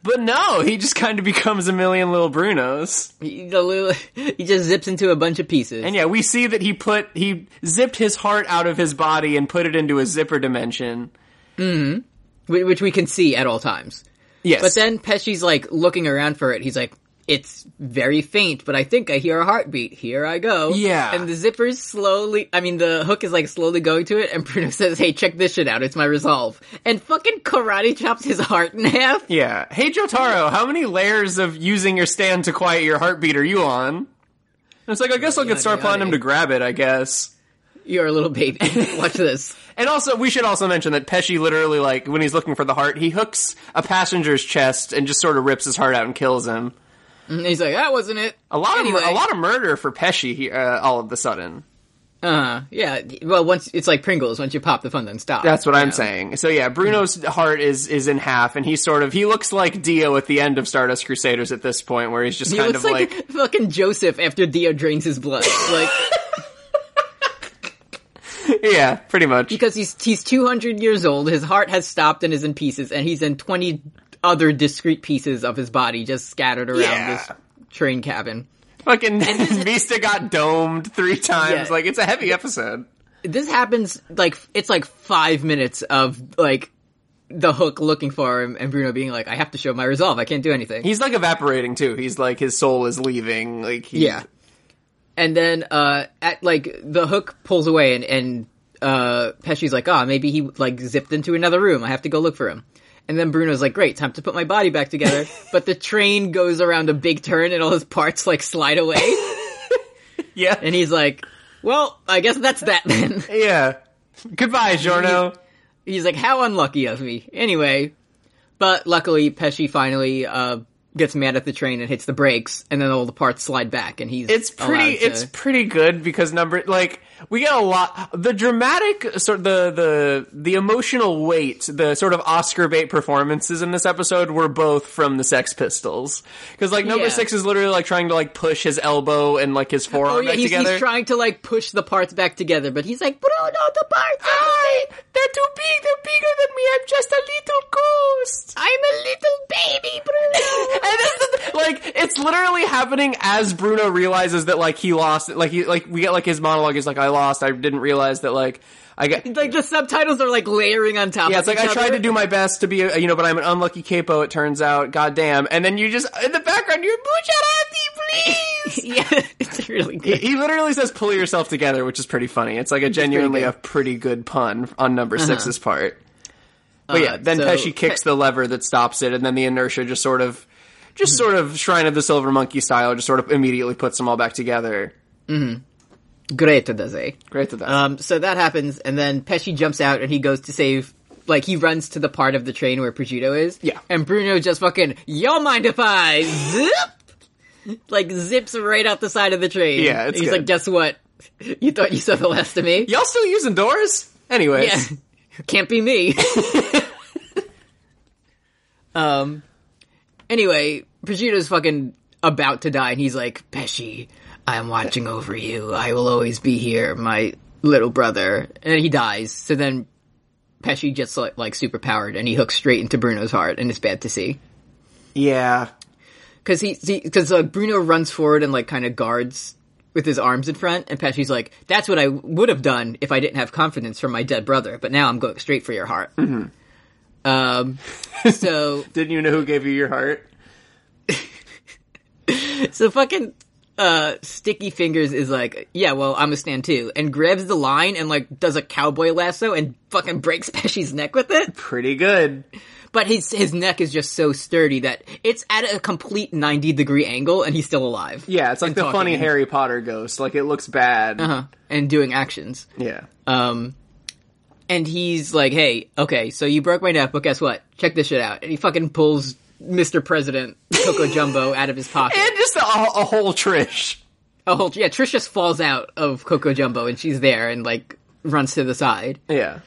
S2: but no, he just kind of [LAUGHS] becomes a million little Brunos.
S1: He, the little- [LAUGHS] he just zips into a bunch of pieces.
S2: And yeah, we see that he put he zipped his heart out of his body and put it into a zipper dimension.
S1: whi- which we can see at all times.
S2: Yes,
S1: But then Pesci's like looking around for it. He's like, it's very faint, but I think I hear a heartbeat. Here I go.
S2: Yeah.
S1: And the zipper's slowly, I mean, the hook is like slowly going to it, and [LAUGHS] Bruno says, hey, check this shit out. It's my resolve. And fucking karate chops his heart in half.
S2: yeah. Hey Jotaro, how many layers of using your stand to quiet your heartbeat are you on? And it's like I guess I'll get Star
S1: Yadi,
S2: Platinum
S1: yadi.
S2: to grab it. I guess.
S1: You're a little baby. [LAUGHS] Watch this.
S2: And also, we should also mention that Pesci literally, like, when he's looking for the heart, he hooks a passenger's chest and just sort of rips his heart out and kills him.
S1: And he's like, that wasn't it.
S2: A lot of mur-
S1: Anyway.
S2: a lot of murder for Pesci here, uh, all of the sudden.
S1: Uh, yeah. Well, once, it's like Pringles. Once you pop the fun, then stop.
S2: That's what
S1: you
S2: I'm
S1: know?
S2: saying. So yeah, Bruno's heart is is in half, and he sort of he looks like Dio at the end of Stardust Crusaders at this point, where he's just
S1: He
S2: kind
S1: looks
S2: of
S1: like, [LAUGHS]
S2: like
S1: fucking Joseph after Dio drains his blood. Like,
S2: yeah,
S1: [LAUGHS]
S2: pretty much.
S1: because he's he's 200 years old his heart has stopped and is in pieces and he's in 20 other discrete pieces of his body just scattered around
S2: Yeah.
S1: this train cabin
S2: Fucking Vista got domed three times.
S1: Yeah.
S2: Like it's a heavy episode.
S1: this happens like it's like five minutes of like the hook looking for him and bruno being like i have to show my resolve i can't do anything
S2: He's like evaporating too. He's like his soul is leaving. Like he,
S1: Yeah. And then uh at like the hook pulls away and and uh Pesci's like, "Ah, maybe he like zipped into another room. I have to go look for him." And then Bruno's like, "Great, time to put my body back
S2: [LAUGHS]
S1: together." but the train goes around a big turn and all his parts like slide
S2: [LAUGHS]
S1: away
S2: yeah,
S1: and he's like, "Well, I guess that's that then."
S2: [LAUGHS] yeah. Goodbye, Jorno.
S1: he's like, "How unlucky of me." Anyway, but luckily Pesci finally uh gets mad at the train and hits the brakes and then all the parts slide back and he's
S2: It's pretty.
S1: allowed to-
S2: It's pretty good because number like we get a lot. The dramatic sort the the the emotional weight, the sort of Oscar bait performances in this episode were both from the Sex Pistols because like number
S1: Yeah.
S2: six is literally like trying to like push his elbow and like his forearm
S1: Oh yeah,
S2: back
S1: he's,
S2: together.
S1: he's trying to like push the parts back together, but he's like, Bruno, the parts
S2: Ah!"
S1: are the same.
S2: They're too big. They're bigger than me. I'm just a little ghost.
S1: I'm a little baby, Bruno.
S2: [LAUGHS] And this is, like it's literally happening as Bruno realizes that like he lost. Like he like we get like his monologue is like I lost. I didn't realize that like I got
S1: [LAUGHS] like the subtitles are like layering on top.
S2: Yeah,
S1: of
S2: it's like
S1: each
S2: I tried
S1: other.
S2: to do my best to be, a, you know, but I'm an unlucky capo. It turns out, goddamn. And then you just in the background, you're Bucciarati,
S1: [LAUGHS]
S2: please.
S1: [LAUGHS] yeah, it's really
S2: he,
S1: good.
S2: he literally says, "Pull yourself together," which is pretty funny. It's like a genuinely
S1: good. Uh-huh.
S2: a pretty good pun on number six's part. But
S1: Uh,
S2: yeah, then
S1: so-
S2: Pesci kicks the lever that stops it, and then the inertia just sort of, just sort of Shrine of the Silver Monkey style, just sort of immediately puts them all back together.
S1: Great, does it?
S2: Great to that.
S1: Um, so that happens, and then Pesci jumps out and he goes to save. Like he runs to the part of the train where Prosciutto is.
S2: Yeah.
S1: and Bruno just fucking yo mind if I zip, like zips right out the side of the train.
S2: Yeah, it's
S1: he's
S2: good.
S1: like, guess what? You thought you saw the last of me? [LAUGHS]
S2: Y'all still using doors? Anyways.
S1: Yeah. Can't be me. Um. Anyway, Vegeta's fucking about to die, and he's like, "Pesci, I'm watching over you. I will always be here, my little brother." And he dies. So then Pesci gets like, like super powered, and he hooks straight into Bruno's heart, and it's bad to see
S2: [LAUGHS] Yeah.
S1: because he because like Bruno runs forward and like kind of guards with his arms in front, and Pesci's like, "That's what I would have done if I didn't have confidence from my dead brother, but now I'm going straight for your heart." Um, so
S2: Didn't you know who gave you your heart?
S1: [LAUGHS] so fucking uh sticky fingers is like yeah well i'm a stand too and grabs the line and like does a cowboy lasso and fucking breaks [LAUGHS] pesci's neck with it
S2: Pretty good.
S1: but his his neck is just so sturdy that it's at a complete 90 degree angle and he's still alive
S2: Yeah, it's like the
S1: talking.
S2: funny Harry Potter ghost. Like it looks bad.
S1: uh-huh. and doing actions
S2: Yeah.
S1: Um, and he's like, "Hey, okay, so you broke my neck, but guess what? Check this shit out." And he fucking pulls Mr. President
S2: [LAUGHS]
S1: Coco Jumbo out of his pocket.
S2: And just a, a whole Trish.
S1: oh, hold- yeah, Trish just falls out of Coco Jumbo, and she's there, and like runs to the side.
S2: Yeah.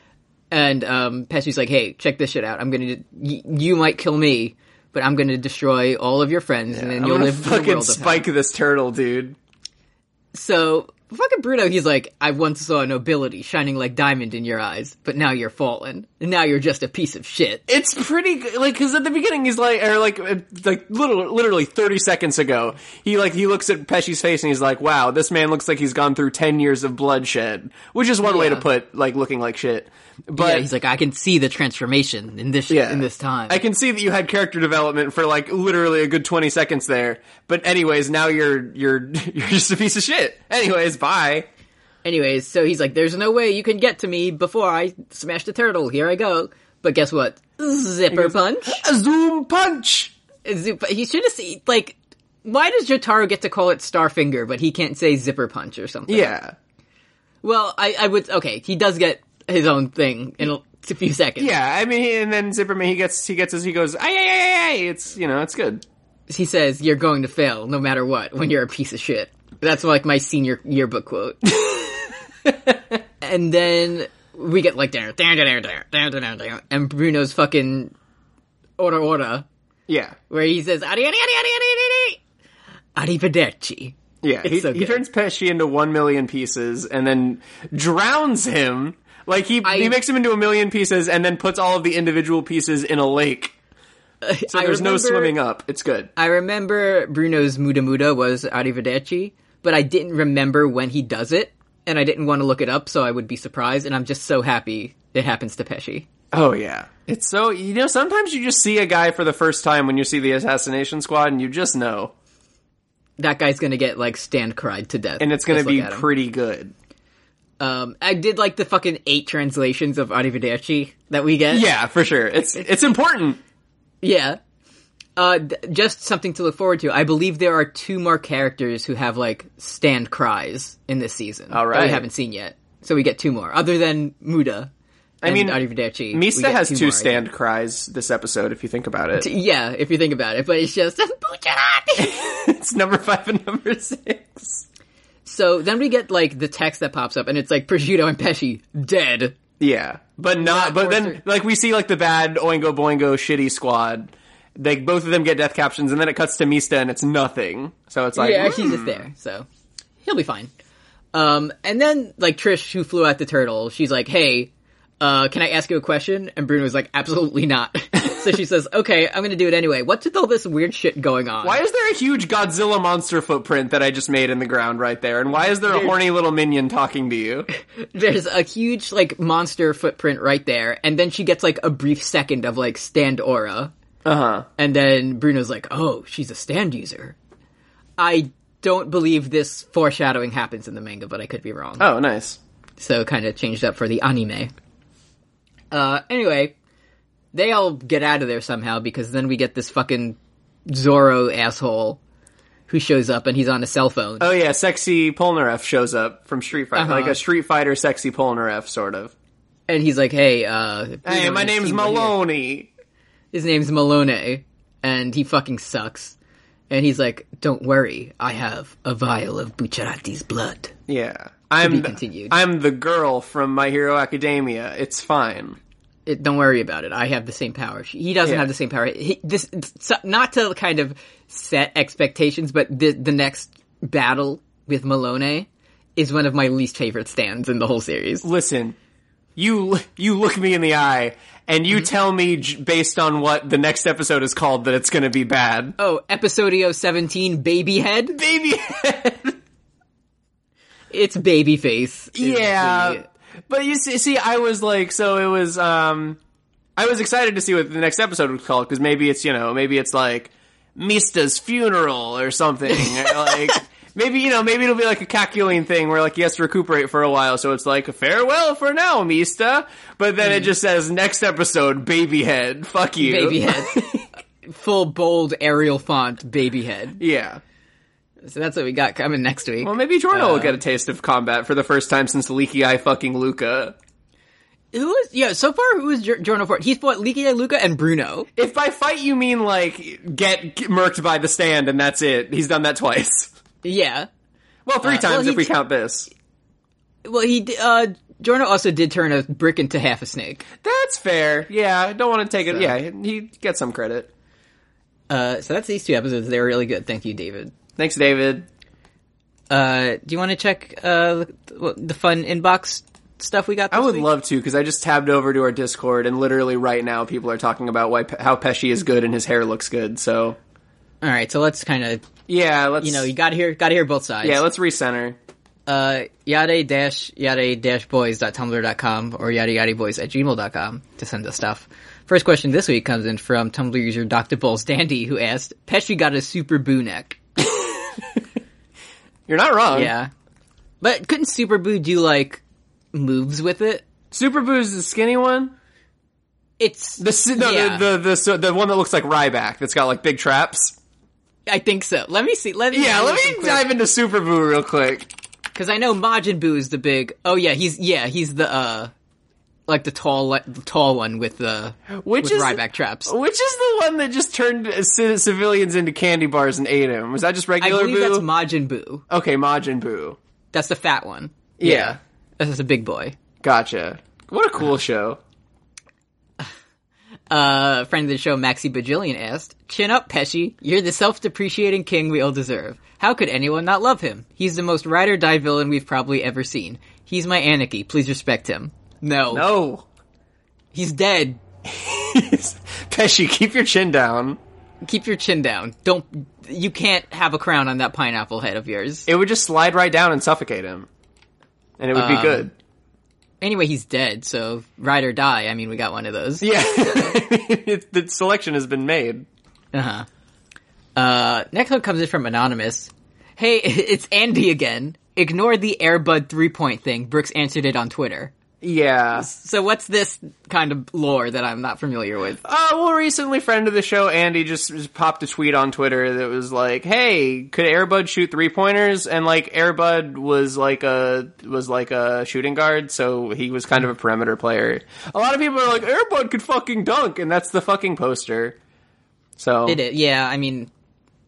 S1: And um, Pesci's like, "Hey, check this shit out. I'm gonna, y- you might kill me." But I'm gonna destroy all of your friends, and then
S2: I'm
S1: you'll
S2: gonna
S1: live in the
S2: fucking
S1: world of hell."
S2: spike this turtle, dude.
S1: So fucking Bruno, he's like, I once saw nobility shining like diamond in your eyes, but now you're fallen, and now you're just a piece of shit.
S2: It's pretty good, like because at the beginning he's like, or like, uh, like little, literally thirty seconds ago, he like he looks at Pesci's face and he's like, "Wow, this man looks like he's gone through ten years of bloodshed," which is one way to
S1: Yeah.
S2: put like looking like shit.
S1: Yeah,
S2: But
S1: he's like, I can see the transformation in this
S2: Yeah.
S1: in this time.
S2: I can see that you had character development for like literally a good twenty seconds there. But anyways, now you're you're [LAUGHS] you're just a piece of shit. Anyways, bye.
S1: Anyways, so he's like, "There's no way you can get to me before I smash the turtle. Here I go." But guess what? Zipper punch.
S2: A zoom punch.
S1: Zip- He should have seen like. Why does Jotaro get to call it Starfinger, but he can't say Zipper Punch or something?
S2: Yeah,
S1: Well, I, I would. Okay, he does get his own thing in a, a few seconds.
S2: yeah. I mean, and then Zipperman he gets he gets as he goes. Ay, ay, ay, ay, ay. It's you know it's good.
S1: He says, "You're going to fail no matter what when you're a piece of shit." That's like my senior yearbook
S2: [LAUGHS]
S1: quote. and then we get like down, down, down, down, down, down, down, and Bruno's fucking order order
S2: Yeah.
S1: where he says adi adi adi adi adi adi arrivederci.
S2: Yeah, he,
S1: so
S2: he
S1: good.
S2: turns Pesci into one million pieces and then drowns him. Like he he makes him into a million pieces and then puts all of the individual pieces in a lake. So
S1: I
S2: there's no
S1: remember-
S2: swimming up. It's good.
S1: I remember Bruno's muda muda was arrivederci, but I didn't remember when he does it, and I didn't want to look it up, so I would be surprised. And I'm just so happy it happens to Pesci.
S2: Oh yeah. It's so you know sometimes you just see a guy for the first time when you see the assassination squad and you just know
S1: That guy's gonna get like stand cried to death,
S2: and it's going to
S1: Just look
S2: be
S1: at him.
S2: pretty good.
S1: Um, I did like the fucking eight translations of Arrivederci that we get.
S2: Yeah, for sure. It's it's important.
S1: Yeah. Uh, d- just something to look forward to. I believe there are two more characters who have like stand cries in this season.
S2: All
S1: That we
S2: right.
S1: haven't seen yet. So we get two more, other than Muda. I
S2: mean,
S1: Arrivederci. we
S2: Mista
S1: get
S2: has two
S1: more, I
S2: stand cries this episode if you think about it. [LAUGHS]
S1: think. [LAUGHS] Yeah, if you think about it, but it's just [LAUGHS] Bucciarati!
S2: it's number 5 and number 6.
S1: So then we get like the text that pops up, and it's like Prosciutto and Pesci dead.
S2: Yeah, but not.
S1: Not
S2: but then,
S1: torture.
S2: like we see, like the bad Oingo Boingo shitty squad. They both of them get death captions, and then it cuts to Mista, and it's nothing. So it's like,
S1: yeah,
S2: mm,
S1: he's just there, so he'll be fine. Um, and then like Trish, who flew at the turtle, she's like, "Hey, uh, can I ask you a question?" And Bruno was like, "Absolutely not." [LAUGHS] so she says, "Okay, I'm gonna do it anyway." What's with all this weird shit going on?
S2: why is there a huge Godzilla monster footprint that I just made in the ground right there? And why is there a horny little minion talking to you?
S1: There's a huge like monster footprint right there, and then she gets like a brief second of like stand aura,
S2: Uh huh.
S1: and then Bruno's like, "Oh, she's a stand user." I don't believe this foreshadowing happens in the manga, but I could be wrong.
S2: Oh, nice.
S1: so kind of changed up for the anime. Uh, anyway, they all get out of there somehow because then we get this fucking Zorro asshole who shows up and he's on a cell phone.
S2: Oh yeah, sexy Polnareff shows up from Street Fighter,
S1: Uh-huh.
S2: like a Street Fighter sexy Polnareff sort of.
S1: And he's like, hey, uh.
S2: Hey,
S1: Bruno
S2: my
S1: and his
S2: name's
S1: team are here.
S2: Maloney.
S1: His name's Malone. And he fucking sucks. And he's like, don't worry, I have a vial of Bucciarati's blood.
S2: Yeah, I'm.
S1: be
S2: the-
S1: continued.
S2: I'm the girl from My Hero Academia. It's fine.
S1: It, don't worry about it. I have the same power. She, he doesn't
S2: Yeah.
S1: have the same power. He, this so- not to kind of set expectations, but the the next battle with Malone is one of my least favorite stands in the whole series.
S2: Listen, you you look me in the eye and
S1: Mm-hmm.
S2: you tell me j- based on what the next episode is called that it's going to be bad.
S1: Oh, episodio 17 baby [LAUGHS] head.
S2: Baby.
S1: It's baby face. is
S2: yeah.
S1: the-
S2: But you see, see, I was like, so it was, um, I was excited to see what the next episode was called because maybe it's, you know, maybe it's like Mista's funeral or something. or like, maybe, you know, maybe it'll be like a Caculine thing where like he has to recuperate for a while. So it's like, farewell for now, Mista. But then it just says, next episode, baby head. Fuck you.
S1: baby head. [LAUGHS] Full bold Arial font baby head.
S2: yeah.
S1: So that's what we got coming next week.
S2: Well, maybe Jordan will get a taste of combat for the first time since Leaky Eye fucking Luca.
S1: Who is yeah? So far, who is Jor- Jordan Ford? He's fought Leaky Eye Luca and Bruno.
S2: If by fight you mean like get murked by the stand and that's it, he's done that twice. [LAUGHS]
S1: Yeah.
S2: Well, three
S1: Uh,
S2: times
S1: well, he
S2: if we
S1: j-
S2: count this.
S1: Well, he d- uh, Jordan also did turn a brick into half a snake.
S2: That's fair. Yeah, I don't want to take it. Yeah, he gets some credit.
S1: Uh, so that's these two episodes. They were really good. Thank you, David.
S2: Thanks, David.
S1: Uh, do you want to check uh the, the fun inbox stuff we got? This
S2: I would
S1: week?
S2: love to because I just tabbed over to our Discord and literally right now people are talking about why Pe- how Pesci is good and his hair looks good. So
S1: All right, so let's kind of
S2: yeah, let's
S1: you know you got to hear got to hear both sides.
S2: yeah let's recenter.
S1: uh, yada dash yada dash boys.tumblr.com or yada yada boys at gmail.com to send us stuff. First question this week comes in from Tumblr user Dr. Bowles Dandy who asked, Pesci got a super boo neck.
S2: You're not wrong.
S1: Yeah. But couldn't super boo do like moves with it?
S2: Super Boo's the skinny one.
S1: It's
S2: The si- no,
S1: yeah,
S2: the, the the so- the one that looks like Ryback that's got like big traps.
S1: I think so. Let me see. Let me
S2: Yeah, let me dive into Super Boo real quick.
S1: because I know Majin Buu is the big. Oh yeah, he's yeah he's the uh like the tall like, the tall one with the
S2: Which
S1: with
S2: is
S1: Ryback traps.
S2: Which is the one that just turned uh, ci- civilians into candy bars and ate them? Was that just
S1: I
S2: regular
S1: believe
S2: Boo?
S1: that's Majin Buu.
S2: okay, Majin Boo.
S1: That's the fat one.
S2: Yeah.
S1: That's a big boy.
S2: gotcha. What a cool show.
S1: Uh, friend of the show, Maxi Bajillion, asked, Chin up, Pesci. You're the self-depreciating king we all deserve. How could anyone not love him? He's the most ride or die villain we've probably ever seen. He's my anarchy. Please respect him. No.
S2: [LAUGHS] No,
S1: He's dead.
S2: Pesci, keep your chin down.
S1: Keep your chin down. Don't, you can't have a crown on that pineapple head of yours.
S2: It would just slide right down and suffocate him, and it would
S1: Um.
S2: be good. [LAUGHS]
S1: Anyway, he's dead, so ride or die. I mean, we got one of those.
S2: Yeah, [LAUGHS] It- the selection has been made.
S1: Uh-huh. Uh, next one comes in from Anonymous. Hey, [LAUGHS] it's Andy again. Ignore the Airbud 3 point thing. Brooks answered it on Twitter.
S2: Yeah.
S1: So what's this kind of lore that I'm not familiar with?
S2: Uh, well, recently, friend of the show Andy just, just popped a tweet on Twitter that was like, "Hey, could Airbud shoot three pointers?" And like, Airbud was like a was like a shooting guard, so he was kind of a perimeter player. A lot of people are like, "Airbud could fucking dunk," and that's the fucking poster. So
S1: Did
S2: it,
S1: it? Yeah, I mean,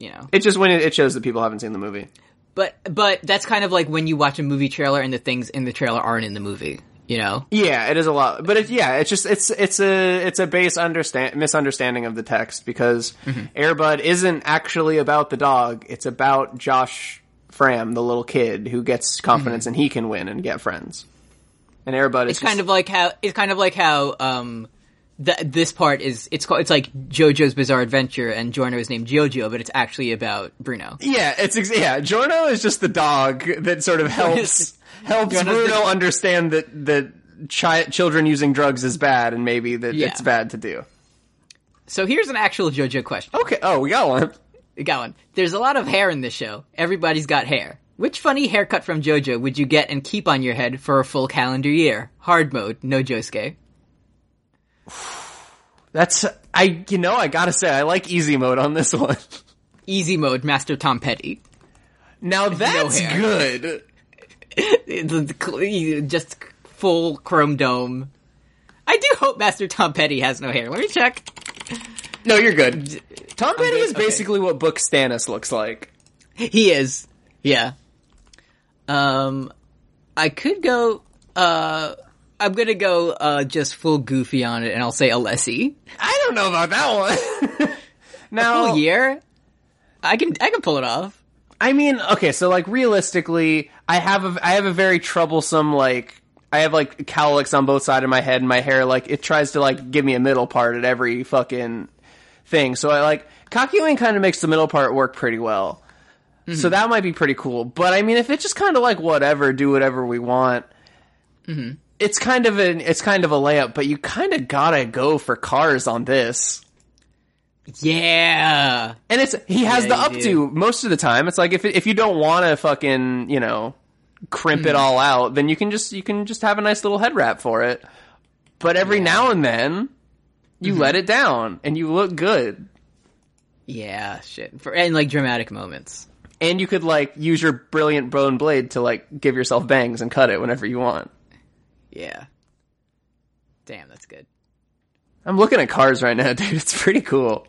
S1: you know.
S2: just when it, it shows that people haven't seen the movie.
S1: But but that's kind of like when you watch a movie trailer and the things in the trailer aren't in the movie, you know?
S2: Yeah, it is a lot, but it, yeah, it's just it's it's a it's a base understand misunderstanding of the text because Airbud isn't actually about the dog; it's about Josh Fram, the little kid who gets confidence and he can win and get friends. And Airbud is
S1: It's kind of like how it's kind of like how um th- this part is it's called it's like JoJo's Bizarre Adventure and Giorno is named Jojo, but it's actually about Bruno.
S2: yeah, it's ex- yeah. Jorno is just the dog that
S1: [LAUGHS]
S2: sort of helps helps
S1: Jorno's
S2: Bruno
S1: the-
S2: understand that that chi- children using drugs is bad and maybe that
S1: Yeah.
S2: it's bad to do.
S1: So here's an actual JoJo question.
S2: Okay. Oh, we got one.
S1: We got one. There's a lot of hair in this show. Everybody's got hair. Which funny haircut from JoJo would you get and keep on your head for a full calendar year? Hard mode, no Josuke.
S2: That's I you know I gotta say I like easy mode on this [LAUGHS] one.
S1: Easy mode, Master Tom Petty.
S2: Now that's
S1: hair.
S2: good.
S1: e, Just full chrome dome. I do hope Master Tom Petty has no hair. Let me check.
S2: No, you're good. Tom Petty
S1: good?
S2: is
S1: Okay.
S2: basically what Book Stannis looks like.
S1: He is. Yeah. Um, I could go, uh, I'm gonna go uh, just full goofy on it, and I'll say Alessi.
S2: I don't know about that one. [LAUGHS] now,
S1: Full year, I can I can pull it off.
S2: I mean, okay, so like realistically, I have a I have a very troublesome like I have like cowlicks on both sides of my head and my hair like it tries to like give me a middle part at every fucking thing. So I like Kakyoin kind of makes the middle part work pretty well. So that might be pretty cool. But I mean, if it's just kind of like whatever, do whatever we want. It's kind of an it's kind of a layup, but you kind of gotta go for cars on this.
S1: Yeah,
S2: And it's he has
S1: Yeah,
S2: the
S1: you
S2: up
S1: do.
S2: to most of the time. It's like if if you don't want to fucking you know crimp it all out, then you can just you can just have a nice little head wrap for it. But every now and then, you let it down and you look good,
S1: yeah, shit, for and like dramatic moments.
S2: and you could like use your brilliant bone blade to like give yourself bangs and cut it whenever you want.
S1: Yeah. Damn, that's good.
S2: I'm looking at cars right now, [LAUGHS] dude. It's pretty cool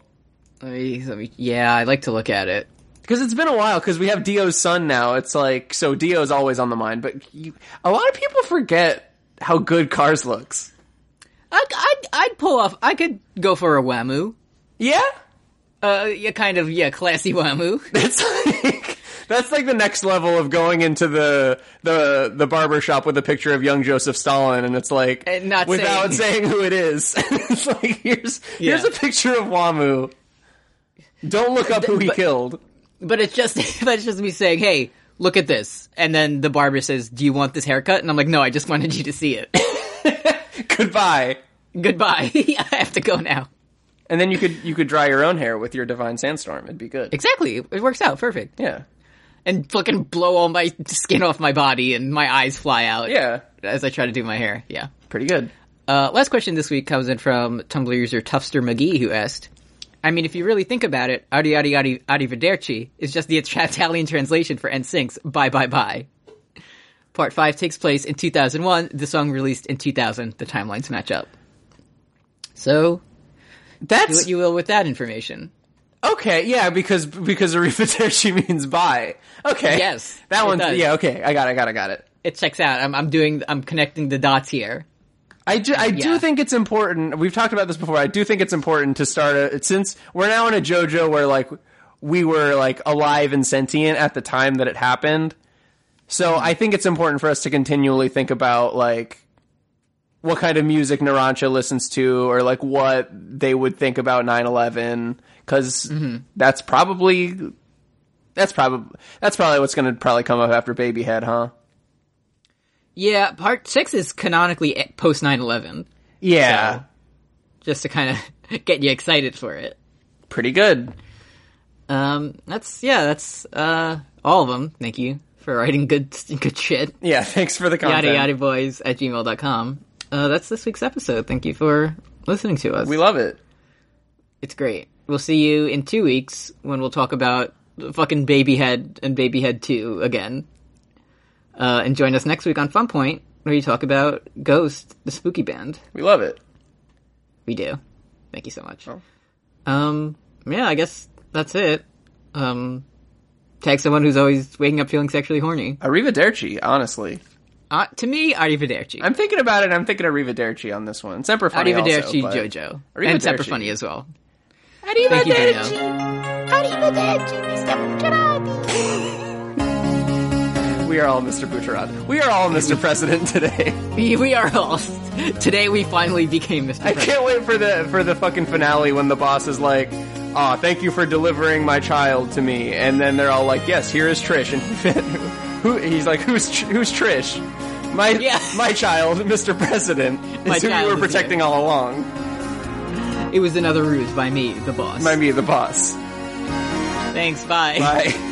S1: Let me, let me. Yeah, I like to look at it.
S2: because it's been a while. Because we have Dio's son now. It's like so Dio's always on the mind, but you, a lot of people forget how good Cars looks.
S1: I, I, I'd pull off. I could go for a Wamu.
S2: Yeah,
S1: Uh, yeah, kind of. Yeah, classy [LAUGHS] Wamu.
S2: that's like [LAUGHS] that's like the next level of going into the the the barber shop with a picture of young Joseph Stalin, and it's like
S1: And not
S2: without saying,
S1: saying-
S2: who it is. [LAUGHS] it's like here's here's
S1: Yeah.
S2: a picture of Wamu. Don't look up who he
S1: But-
S2: killed. [LAUGHS]
S1: But it's just, [LAUGHS] but it's just me saying, "Hey, look at this," and then the barber says, "Do you want this haircut?" And I'm like, "No, I just wanted you to see it." [LAUGHS]
S2: Goodbye.
S1: Goodbye. [LAUGHS] I have to go now.
S2: And then you could you could dry your own hair with your divine sandstorm. It'd be good.
S1: Exactly. It works out perfect.
S2: Yeah,
S1: And fucking blow all my skin off my body, and my eyes fly out.
S2: yeah,
S1: As I try to do my hair. Yeah.
S2: pretty good.
S1: Uh, last question this week comes in from Tumblr user Tuffster McGee, who asked, I mean, if you really think about it, Adi Adi Adi Arrivederci is just the Italian [LAUGHS] translation for NSYNC's Bye Bye Bye. Part 5 takes place in 2001, the song released in 2000, the timelines match up. So, do
S2: That's
S1: what you will with that information.
S2: Okay, yeah, because because Arifatershi [LAUGHS] means bye. Okay,
S1: Yes,
S2: that
S1: it
S2: one's
S1: does.
S2: yeah. Okay, I got, it, I got, it, I got it.
S1: It checks out. I'm, I'm doing, I'm connecting the dots here.
S2: I do, I do
S1: Yeah.
S2: think it's important. We've talked about this before. I do think it's important to start a since we're now in a JoJo where like we were like alive and sentient at the time that it happened. So I think it's important for us to continually think about like what kind of music Narancha listens to or like what they would think about 9/11 because that's probably that's probably that's probably what's going to probably come up after Baby Head, huh?
S1: Yeah, part 6 is canonically post 9 11,
S2: Yeah.
S1: So- just to kind of [LAUGHS] get you excited for it.
S2: Pretty good.
S1: Um, that's yeah, that's uh all of them. Thank you for writing good good shit.
S2: Yeah, [LAUGHS] thanks for the content.
S1: Yada yada boys at gmail.com. Uh, that's this week's episode. Thank you for listening to us.
S2: We love it.
S1: it's great. We'll see you in two weeks when we'll talk about fucking Babyhead and Babyhead Two again. Uh, and join us next week on Fun Point where you talk about Ghost, the spooky band.
S2: We love it.
S1: We do. Thank you so much.
S2: Oh.
S1: Um, yeah, I guess that's it. Um, tag someone who's always waking up feeling sexually horny.
S2: Arrivederci, honestly.
S1: Uh, to me, arrivederci.
S2: I'm thinking about it. I'm thinking Arrivederci on this one. Semper Funny
S1: arrivederci,
S2: also, but-
S1: Jojo.
S2: Arrivederci.
S1: And Semper Funny as well. Thank you,
S4: Arrivederci.
S1: Jojo.
S4: Arrivederci, Mr. Bucciarati.
S2: We are all Mr. Butcherod. We are all Mr. President today. [LAUGHS]
S1: We, we are all. Today we finally became Mr.
S2: I
S1: President.
S2: can't wait for the for the fucking finale when the boss is like, "Ah, thank you for delivering my child to me," and then they're all like, "Yes, here is Trish," and [LAUGHS] who he's like, "Who's Tr- who's Trish?" My
S1: Yeah.
S2: my child, Mr. President, is
S1: My
S2: who you
S1: child
S2: were
S1: is here.
S2: protecting all along.
S1: It was another ruse by me, the boss. [LAUGHS]
S2: By me, the boss.
S1: Thanks,
S2: Bye.